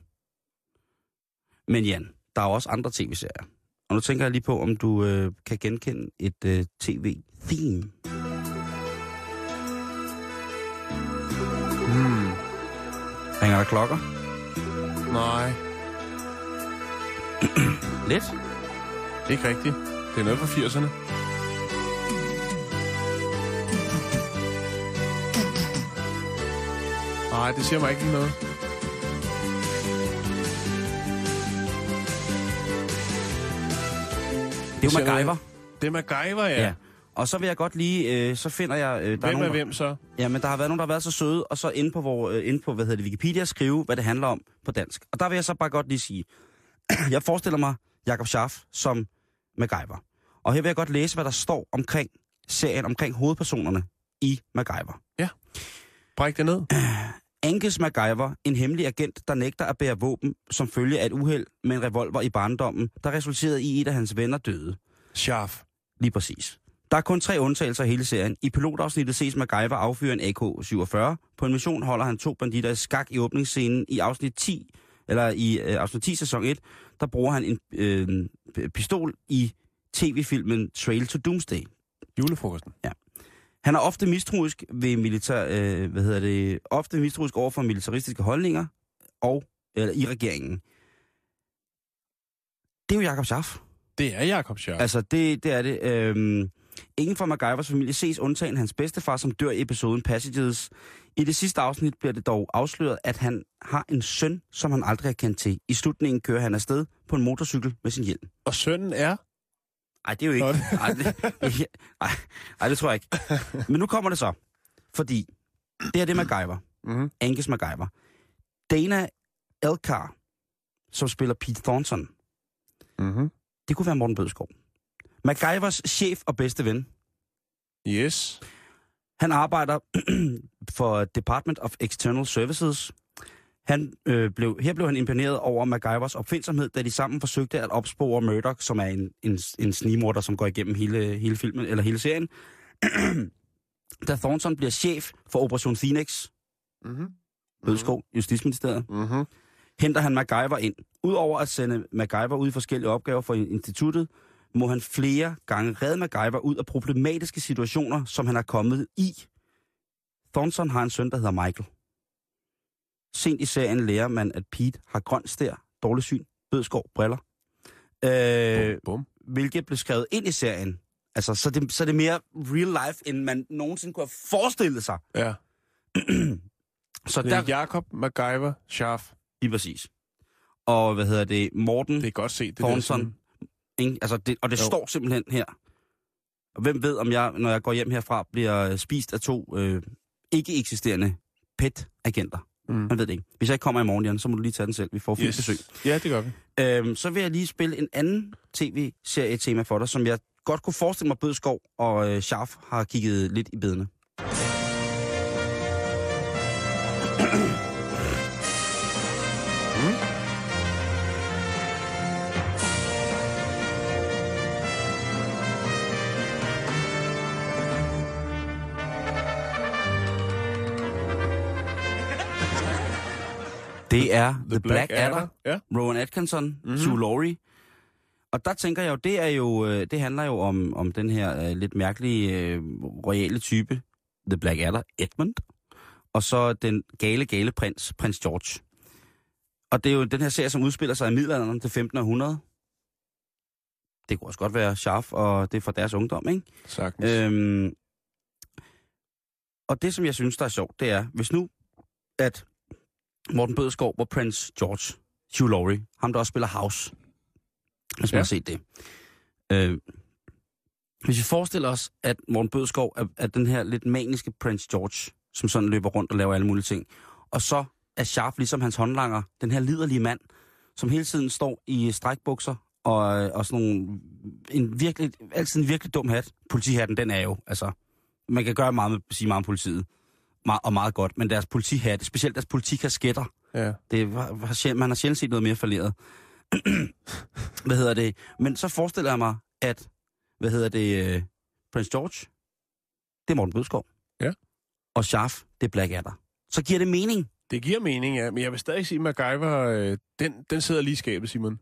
Men Jan, der er jo også andre tv-serier. Og nu tænker jeg lige på, om du øh, kan genkende et øh, tv-theme. Ringer der klokker? Nej, Lidt. ikke rigtigt. Det er noget fra 80'erne. Nej, det siger mig ikke lige noget. Det er jo Sådan. MacGyver. Det er MacGyver, ja. Ja. ja. ja. Og så vil jeg godt lige, øh, så finder jeg... Øh, der Hvem nogen, er hvem så? Ja, men der har været nogen, der har været så søde, og så inde på, vor, øh, inde på hvad hedder det, Wikipedia skrive, hvad det handler om på dansk. Og der vil jeg så bare godt lige sige, jeg forestiller mig Jakob Schaff som MacGyver. Og her vil jeg godt læse, hvad der står omkring serien, omkring hovedpersonerne i MacGyver. Bræk det ned. Angus MacGyver, en hemmelig agent, der nægter at bære våben som følge af et uheld med en revolver i barndommen, der resulterede i, at et af hans venner døde. Scharf. Lige præcis. Der er kun tre undtagelser i hele serien. I pilotafsnittet ses MacGyver affyre en AK-47. På en mission holder han to banditter i skak i åbningsscenen i afsnit 10, eller i øh, afsnit 10 sæson 1, der bruger han en øh, p- pistol i tv-filmen Trail to Doomsday. Julefrokosten. Han er ofte mistroisk ved militær, øh, hvad hedder det, ofte mistroisk over for militaristiske holdninger og eller i regeringen. Det er jo Jakob Schaff. Det er Jakob Scharf. Altså, det, det er det. Øhm, ingen fra MacGyvers familie ses undtagen hans bedstefar, som dør i episoden Passages. I det sidste afsnit bliver det dog afsløret, at han har en søn, som han aldrig har kendt til. I slutningen kører han afsted på en motorcykel med sin hjelm. Og sønnen er... Nej, det er jo Nå, ikke... det- Ej, det, ej, ej, det tror jeg ikke. Men nu kommer det så. Fordi det her, det er MacGyver. Mm-hmm. Angus MacGyver. Dana Elkar, som spiller Pete Thornton. Mm-hmm. Det kunne være Morten Bødskov. MacGyvers chef og bedste ven, Yes. Han arbejder for Department of External Services. Han, øh, blev, her blev han imponeret over MacGyvers opfindsomhed, da de sammen forsøgte at opspore Murdoch, som er en, en, en snigmorder, som går igennem hele, hele filmen, eller hele serien. da Thornton bliver chef for Operation Phoenix, Mm-hmm. Bødskov, Justitsministeriet, Mm-hmm. henter han MacGyver ind. Udover at sende MacGyver ud i forskellige opgaver for instituttet, må han flere gange redde MacGyver ud af problematiske situationer, som han er kommet i. Thornton har en søn, der hedder Michael. Sent i serien lærer man, at Pete har grøn stær, dårlig syn, bødskov, briller. Øh, Bum, bum. hvilket blev skrevet ind i serien. Altså, så det, så det er mere real life, end man nogensinde kunne have forestillet sig. Ja. Så Det der... er Jakob MacGyver Scharf. Lige præcis. Og hvad hedder det? Morten... Det er godt set. Det der Thornton. sådan- Ikke? Altså det, og det Jo. jo. står simpelthen her. Og hvem ved, om jeg, når jeg går hjem herfra, bliver øh, spist af to øh, ikke eksisterende PET-agenter. Mm. Man ved det ikke. Hvis jeg ikke kommer i morgen, Jan, så må du lige tage den selv. Vi får fint yes. besøg. Ja, det gør vi. Øhm, så vil jeg lige spille en anden tv-serie-tema for dig, som jeg godt kunne forestille mig, Bødskov og øh, Scharf har kigget lidt i bedene. Det er The, The Black, Black Adder. Ja. Rowan Atkinson, mm-hmm. Sue Laurie. Og der tænker jeg jo, det er jo, øh, det handler jo om, om den her øh, lidt mærkelige øh, royale type, The Black Adder, Edmund, og så den gale, gale prins, prins George. Og det er jo den her serie, som udspiller sig i middelalderen til 1500. Det kunne også godt være Scharf, og det er fra deres ungdom, ikke? Sagtens. Øh. Øhm, og det, som jeg synes, der er sjovt, det er, hvis nu, at Morten Bødskov var Prince George, Hugh Laurie, ham der også spiller House, hvis man Ja. har set det. Øh, hvis vi forestiller os, at Morten Bødskov er, er den her lidt maniske Prince George, som sådan løber rundt og laver alle mulige ting. Og så er Sharp ligesom hans håndlanger, den her liderlige mand, som hele tiden står i strækbukser og, og sådan nogle, en virkelig, altid en virkelig dum hat. Politihatten, den er jo, altså, man kan gøre meget med, sige meget om politiet, meget, og meget godt, men deres politihatte, specielt deres politikasketter, Ja. det var, var sjældent, man har sjældent set noget mere falderet. hvad hedder det? Men så forestiller jeg mig, at, hvad hedder det, øh, Prince George, det er Morten Bødskov. Ja. Og Scharf, det er Black Adder. Så giver det mening. Det giver mening, ja. Men jeg vil stadig sige, at MacGyver, øh, den, den sidder lige i skabet, Simon.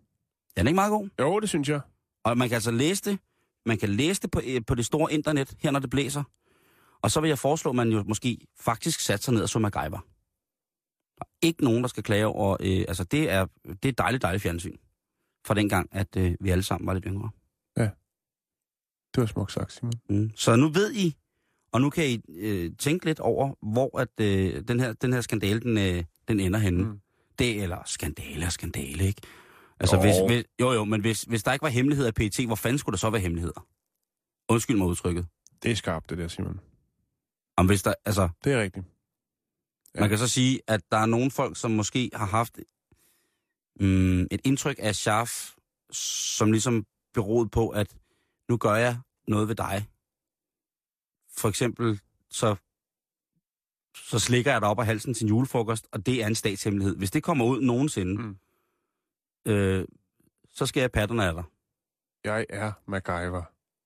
Den er ikke meget god. Jo, det synes jeg. Og man kan altså læse det. Man kan læse det på, øh, på det store internet, her når det blæser. Og så vil jeg foreslå, at man jo måske faktisk satte sig ned og så MacGyver. Der er ikke nogen, der skal klage over... Øh, altså, det er, det er dejligt, dejligt fjernsyn. Fra dengang, at øh, vi alle sammen var lidt yngre. Det var smukt sagt, Simon. Mm. Så nu ved I, og nu kan I øh, tænke lidt over, hvor at, øh, den, her, den her skandale, den, øh, den ender henne. Mm. Mm. Det, eller skandale og skandale, ikke? Altså, hvis, hvis, jo, jo, men hvis, hvis der ikke var hemmeligheder i PET, hvor fanden skulle der så være hemmeligheder? Undskyld mig udtrykket. Det er skarpt, det der, Simon. Om hvis der, altså, Det er rigtigt. ja. man kan så sige, at der er nogle folk, som måske har haft mm, et indtryk af Scharf, som ligesom beroede på, at nu gør jeg noget ved dig. For eksempel, så, så slikker jeg dig op af halsen til en julefrokost, og det er en statshemmelighed. Hvis det kommer ud nogensinde, mm. Mm. øh, så skal jeg patterne af dig. Jeg er MacGyver.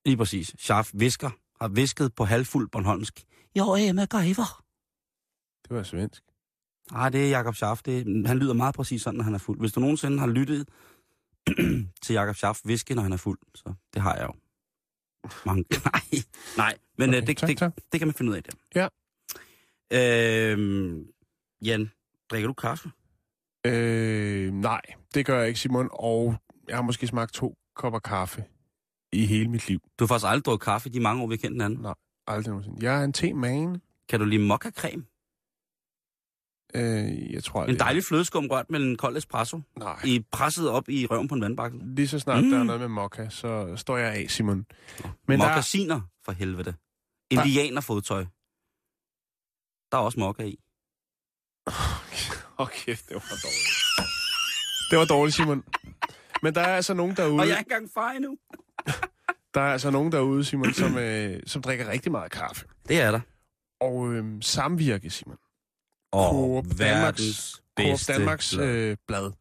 Lige præcis. Scharf visker, har visket på halvfuld Bornholmsk. Jo, jeg er MacGyver. Det var svensk. Nej, Ah, det er Jakob Schaff. Det, han lyder meget præcis sådan, når han er fuld. Hvis du nogensinde har lyttet til Jakob Schaff viske, når han er fuld, så det har jeg jo. Mange, nej, nej, men okay, Okay, det, tak, det, tak. det kan man finde ud af der. Ja. Øhm, Jan, drikker du kaffe? Øh, nej, det gør jeg ikke, Simon. Og jeg har måske smagt to kopper kaffe i hele mit liv. Du har faktisk aldrig drukket kaffe de mange år, vi har kendt hinanden. Aldrig nogensinde. Jeg er en te-man. Kan du lide mokkakrem? Øh, jeg tror, En det er- dejlig flødeskum rørt med en kold espresso. Nej. I presset op i røven på en vandbakke. Lige så snart mm. der er Mm. noget med mokka, så står jeg af, Simon. Men Men der, Mokkasiner, der... for helvede. Indianerfodtøj. Der er også mokka i. Okay, det var dårligt. Det var dårligt, Simon. Men der er altså nogen derude, Og jeg er ikke engang far endnu. der er altså nogen derude, Simon, som, øh, som drikker rigtig meget kaffe. Det er der. Og øh, samvirke, Simon. Og Coop Danmarks- verdens Coop bedste Danmarks blad. øh, blad. Det,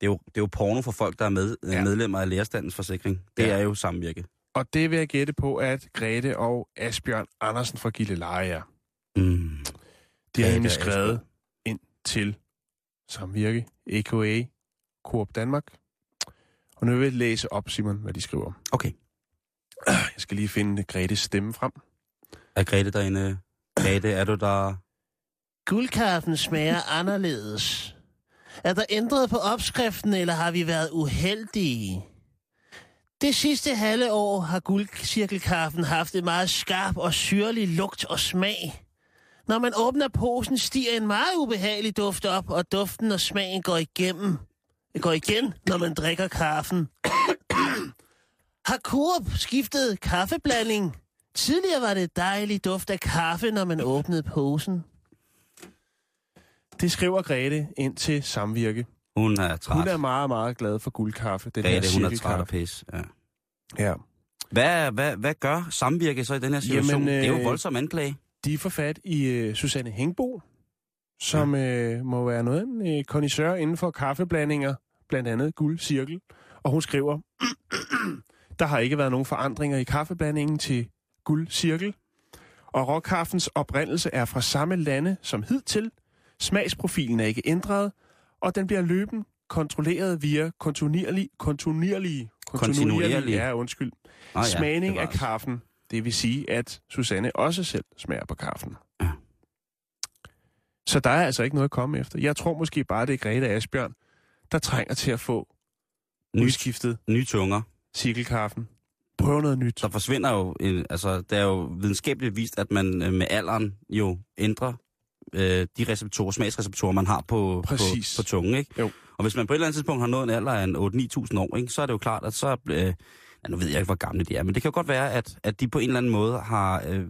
er jo, det er jo porno for folk, der er med, ja. Ja. medlemmer af lærerstandens forsikring. Det ja. Ja. er jo samvirke. Og det vil jeg gætte på, at Grete og Asbjørn Andersen fra Gilleleje er. Mm. De har Grete nemlig og skrevet ind til Samvirke, a.k.a. Coop Danmark. Og nu vil jeg læse op, Simon, hvad de skriver. Okay. Jeg skal lige finde Gretes stemme frem. Er Grete derinde? Grete, er du der? Guldkaffen smager anderledes. Er der ændret på opskriften, eller har vi været uheldige? Det sidste halve år har guldcirkelkaffen haft en meget skarp og syrlig lugt og smag. Når man åbner posen, stiger en meget ubehagelig duft op, og duften og smagen går igennem. Det går igen, når man drikker kaffen. har Coop skiftet kaffeblanding? Tidligere var det dejlig duft af kaffe, når man åbnede posen. Det skriver Grete ind til Samvirke. Hun er træt. Hun er meget, meget glad for guldkaffe. Den her Grete, hun er træt af cirkelkaffe. pis. Ja. Ja. Hvad, hvad, hvad gør samvirke så i den her situation? Jamen, Jamen, øh... øh, Det er jo voldsom anklage. De får fat i øh, Susanne Hengbo, som øh, må være noget af en øh, connoisseur inden for kaffeblandinger, blandt andet guldcirkel. Og hun skriver, der har ikke været nogen forandringer i kaffeblandingen til guldcirkel. Og råkaffens oprindelse er fra samme lande som hidtil. Smagsprofilen er ikke ændret, og den bliver løbende kontrolleret via kontinuerlig, kontinuerlig, Kontinuerlig. ja, undskyld, Nå ja, smagning det af var- kaffen. Det vil sige, at Susanne også selv smager på kaffen. Ja. Så der er altså ikke noget at komme efter. Jeg tror måske bare, det er Grete Asbjørn, der trænger til at få Nye, udskiftet nye tunger. cirkelkaffen. Prøv noget nyt. der forsvinder jo, en, altså det er jo videnskabeligt vist, at man øh, med alderen jo ændrer øh, de receptorer, smagsreceptorer, man har på, på, Præcis. på tungen, ikke? Jo. Og hvis man på et eller andet tidspunkt har nået en alder af en 8-9.000 år, ikke, så er det jo klart, at så... Øh, ja, nu ved jeg ikke, hvor gamle de er, men det kan jo godt være, at, at de på en eller anden måde har øh,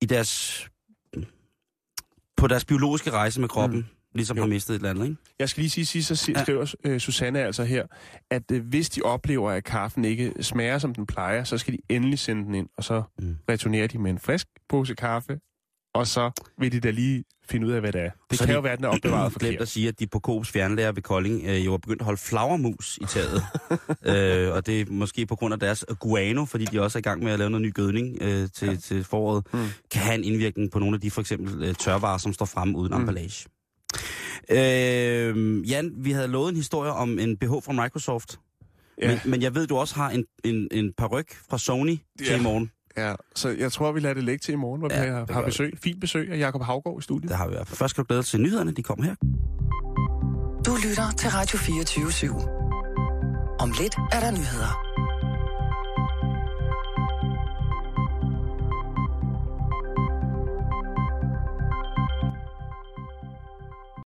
i deres på deres biologiske rejse med kroppen, mm. ligesom jo. har mistet et eller andet, ikke? Jeg skal lige sige, sige så si- Ja. skriver ja. Susanne altså her, at øh, hvis de oplever, at kaffen ikke smager, som den plejer, så skal de endelig sende den ind, og så Mm. mm. returnerer de med en frisk pose kaffe, og så vil de da lige finde ud af, hvad det er. Det Så så kan de- jo være, at den er opbevaret Mm, Glemt at forkert. sige, at de på Coops fjernlærer ved Kolding øh, jo har begyndt at holde flagermus i taget. øh, og det er måske på grund af deres guano, fordi de også er i gang med at lave noget ny gødning øh, til, ja. til foråret, mm. kan have en indvirkning på nogle af de for eksempel øh, tørvarer, som står fremme uden mm. emballage. Øh, Jan, vi havde lovet en historie om en BH fra Microsoft. Ja. Men, men jeg ved, du også har en, en, en paryk fra Sony til Ja. i morgen. Ja, så jeg tror, vi lader det ligge til i morgen, hvor Ja, ja, vi har, det gør har vi. besøg, fint besøg af Jakob Havgård i studiet. Det har vi i hvert fald. Først skal du glæde dig til nyhederne, de kommer her. Du lytter til Radio 24 /7. Om lidt er der nyheder.